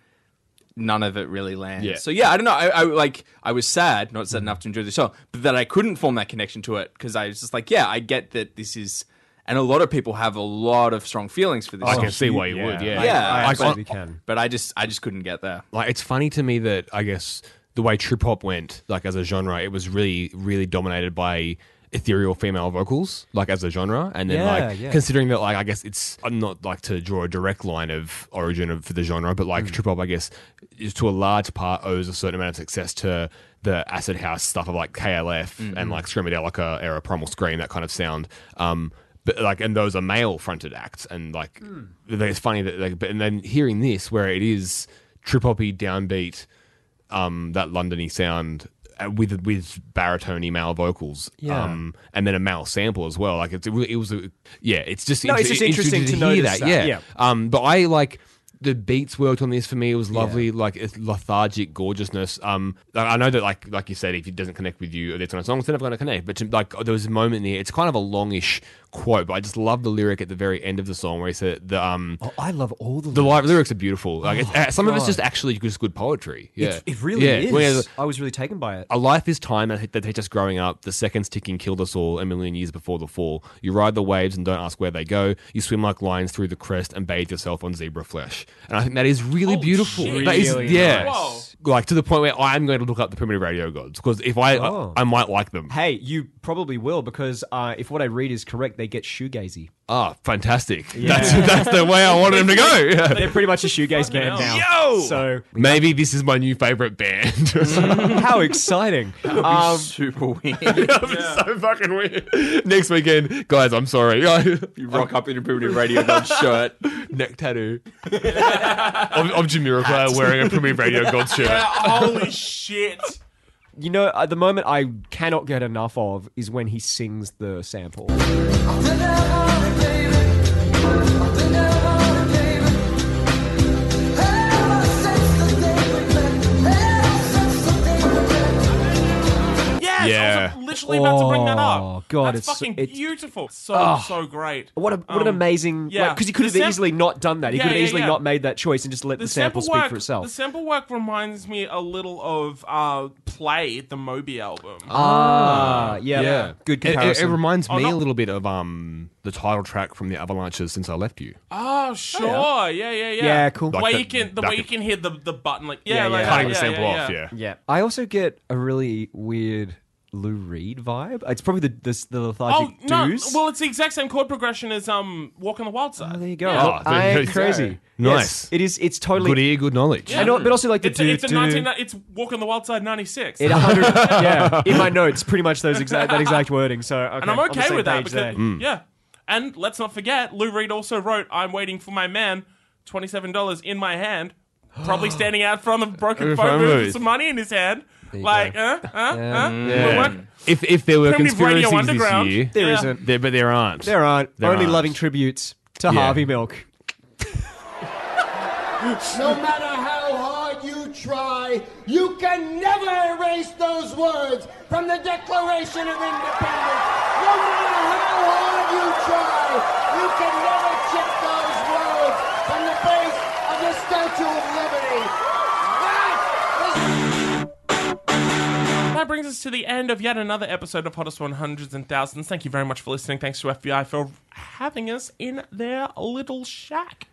S3: none of it really lands.
S4: Yeah. Mm.
S3: So yeah, I don't know. I, I like I was sad, not sad enough to enjoy the song, but that I couldn't form that connection to it because I was just like, yeah, I get that this is. And a lot of people have a lot of strong feelings for this.
S4: I
S3: song
S4: can see why you would. Yeah.
S3: Yeah.
S2: I
S3: I-
S2: absolutely can.
S3: but I just I just couldn't get there.
S4: like it's funny to me that I guess the way trip hop went, like as a genre, it was really, really dominated by ethereal female vocals, like as a genre. And then
S2: Yeah,
S4: like
S2: yeah.
S4: considering that like I guess it's I'm not like to draw a direct line of origin of for the genre, but like trip hop I guess is to a large part owes a certain amount of success to the acid house stuff of like KLF and like Screamadelica era Primal Scream, that kind of sound. Um but like and those are male fronted acts and like it's funny that like but and then hearing this where it is trip hoppy downbeat um, that Londony sound uh, with with baritone male vocals,
S2: Yeah.
S4: um, and then a male sample as well. Like it's, it, really- it was, a, yeah, it's just
S2: No, it's
S4: inter-
S2: just interesting to
S4: hear that,
S2: notice that,
S4: yeah.
S2: yeah.
S4: Um, but I like the beats worked on this for me. It was lovely, like it's lethargic gorgeousness. Um, like, I know that like like you said, if it doesn't connect with you, it's on a song, it's never going to connect. But to, like there was a moment in there, it's kind of a longish quote, but I just love the lyric at the very end of the song where he said the um.
S2: Oh, I love all the.
S4: The
S2: lyrics.
S4: li- lyrics are beautiful. Like it's, uh, some of it's
S2: Oh, God.
S4: just actually just good poetry. Yeah,
S2: It's- It really
S4: Yeah.
S2: is.
S4: Whereas-
S2: I was really taken by it.
S4: a life is time and that teach us growing up. The seconds ticking killed us all a million years before the fall. You ride the waves and don't ask where they go. You swim like lions through the crest and bathe yourself on zebra flesh. And I think that is really
S1: Oh,
S4: beautiful.
S1: shit.
S4: That is
S2: Really
S4: yeah,
S1: nice.
S4: like to the point where I'm going to look up the primitive radio gods because if I,
S2: Oh.
S4: I I might like them.
S2: Hey, you probably will because uh, if what I read is correct, they get shoegazy.
S4: Ah, fantastic. That's that's the way I wanted them to go. Yeah.
S2: They're pretty much a shoegaze band
S1: hell.
S2: now.
S4: Yo!
S2: So
S4: Maybe this is my new favorite band.
S2: Mm.
S4: That'd
S2: how exciting! Um,
S3: super weird.
S4: be so fucking weird. Next weekend, guys. I'm sorry.
S3: you rock up in a primitive radio god shirt.
S4: neck tattoo of, of Jamiroquai wearing a Premier Radio God shirt.
S1: Holy shit.
S2: You know, at the moment I cannot get enough of is when he sings the sample.
S1: Yes,
S4: Yeah.
S1: I was literally about to bring that
S2: Oh,
S1: up.
S2: God,
S1: That's
S2: it's so-
S1: fucking
S2: it's-
S1: beautiful. So, so great.
S2: What a what an
S1: Um,
S2: amazing
S1: yeah.
S2: because he could have
S1: The sam-
S2: easily not done that. He
S1: Yeah,
S2: could have
S1: yeah,
S2: easily
S1: yeah.
S2: not made that choice and just let the, sample, speak
S1: work,
S2: for
S1: The
S2: itself.
S1: sample work reminds me a little of uh, Play, the Moby album.
S2: Oh. Ah, yeah, good
S4: It- it-
S2: comparison.
S4: It, reminds me
S1: not-
S4: a little bit of um the title track from the Avalanches since I left you.
S1: Oh, sure. yeah. yeah, yeah,
S2: Yeah, cool.
S1: The
S4: Like
S1: way
S4: that-
S1: you can, the
S4: that
S1: way you
S4: could-
S1: can hear the the button, like yeah,
S2: Yeah,
S1: like
S2: yeah.
S1: that,
S4: Cutting the
S1: yeah,
S4: sample
S1: yeah,
S4: off,
S1: yeah.
S4: yeah.
S2: yeah, I also get a really weird Lou Reed vibe. It's probably the the, the
S1: Oh
S2: lethargic
S1: no!
S2: doos.
S1: Well, it's the exact same chord progression as um, Walk on the Wild Side.
S2: Oh, there you go.
S1: Yeah.
S4: Oh, there
S2: I
S4: you
S2: am
S4: go.
S2: crazy.
S4: Nice.
S2: Yes, it is. It's totally.
S4: Good ear, good knowledge.
S2: I know, but also like the
S1: It's, a, it's, a
S2: do- do-
S1: 19, it's Walk on the Wild Side 96.
S2: It 100, yeah, in my notes, pretty much those exact that exact wording. So, okay,
S1: and I'm
S2: on the
S1: okay
S2: same
S1: with that
S2: page
S1: because
S2: there.
S1: yeah. And let's not forget, Lou Reed also wrote "I'm waiting for my man," twenty-seven dollars in my hand, probably standing out front of broken
S4: phone
S1: phone booth
S4: booth.
S1: with some money in his hand.
S2: you
S1: like,
S2: go.
S1: uh, uh,
S2: Yeah.
S1: uh.
S4: Yeah.
S1: We'll work-
S4: If if there were
S1: Primitive Radio
S4: conspiracies this
S1: Underground.
S4: year,
S2: There
S1: Yeah.
S2: not
S4: there, but there aren't.
S2: There aren't.
S4: There
S2: Only
S4: aren't.
S2: loving tributes to
S4: Yeah.
S2: Harvey Milk.
S8: No matter how hard you try, you can never erase those words from the Declaration of Independence. No matter how hard you try, you can never chip those words from the face of the Statue of Liberty. That is
S1: That brings us to the end of yet another episode of Hottest 100s and Thousands. Thank you very much for listening. Thanks to FBI for having us in their little shack.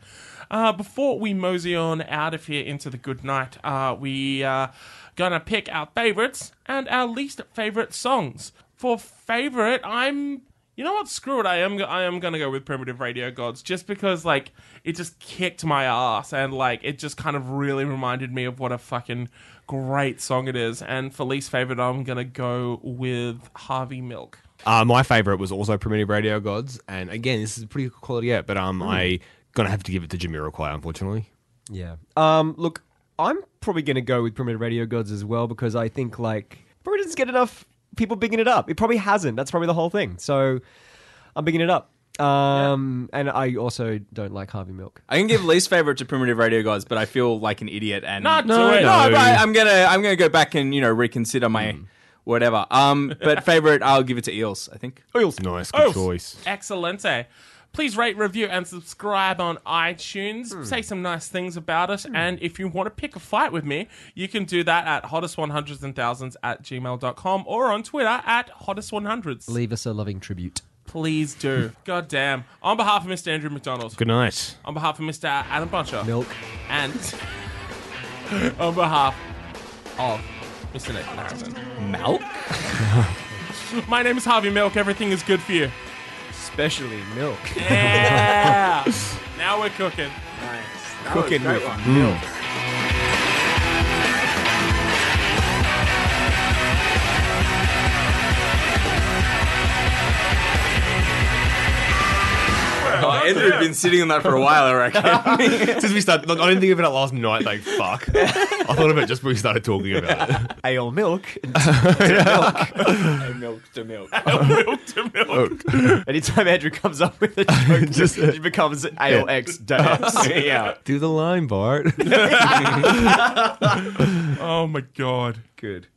S1: Uh, before we mosey on out of here into the good night, uh, we uh, gonna pick our favorites and our least favorite songs. For favorite, I'm you know what? Screw it. I am. I am gonna go with primitive radio gods, just because like it just kicked my ass, and like it just kind of really reminded me of what a fucking great song it is. And for least favorite, I'm gonna go with Harvey Milk.
S4: Uh, my favorite was also Primitive Radio Gods, and again, this is pretty good quality out, but um, I gonna have to give it to Jamiroquai, unfortunately.
S2: Yeah. Um, look, I'm probably going to go with Primitive Radio Gods as well because I think, like, probably doesn't get enough people bigging it up. It probably hasn't. That's probably the whole thing. So I'm bigging it up. Um, And I also don't like Harvey Milk.
S3: I can give least favorite to Primitive Radio Guys, but I feel like an idiot and
S1: Not
S3: no,
S1: to it.
S3: no, Hmm. but I, am gonna I'm gonna go back and you know reconsider my whatever. Um, but favorite, I'll give it to Eels. I think.
S4: Nice, good
S1: Oh.
S4: choice.
S1: Excelente. Please rate, review, and subscribe on iTunes. Say some nice things about us. And if you want to pick a fight with me, you can do that at hottest100s and thousands at gmail.com or on Twitter at hottest100s.
S2: Leave us a loving tribute.
S1: Please do. God damn. On behalf of Mr. Andrew McDonald,
S4: Good night.
S1: on behalf of Mr. Adam Buncher,
S2: Milk.
S1: and on behalf of Mr. Nathan Harrison.
S3: Milk.
S1: My name is Harvey Milk. Everything is good for you.
S2: Especially Milk.
S1: Yeah. now we're cooking.
S3: Cooking with Oh, Andrew's been sitting on that for a while, I reckon.
S4: Since we started, look, I didn't think about it last night. Like fuck, I thought of it just when we started talking about it.
S2: Ale Milk.
S3: milk to milk.
S1: Milk to milk.
S2: Anytime Andrew comes up with a joke,
S4: Just-
S2: just, it becomes Ale X Day X.
S3: yeah.
S4: Do the line, Bart.
S1: Oh my god.
S3: Good.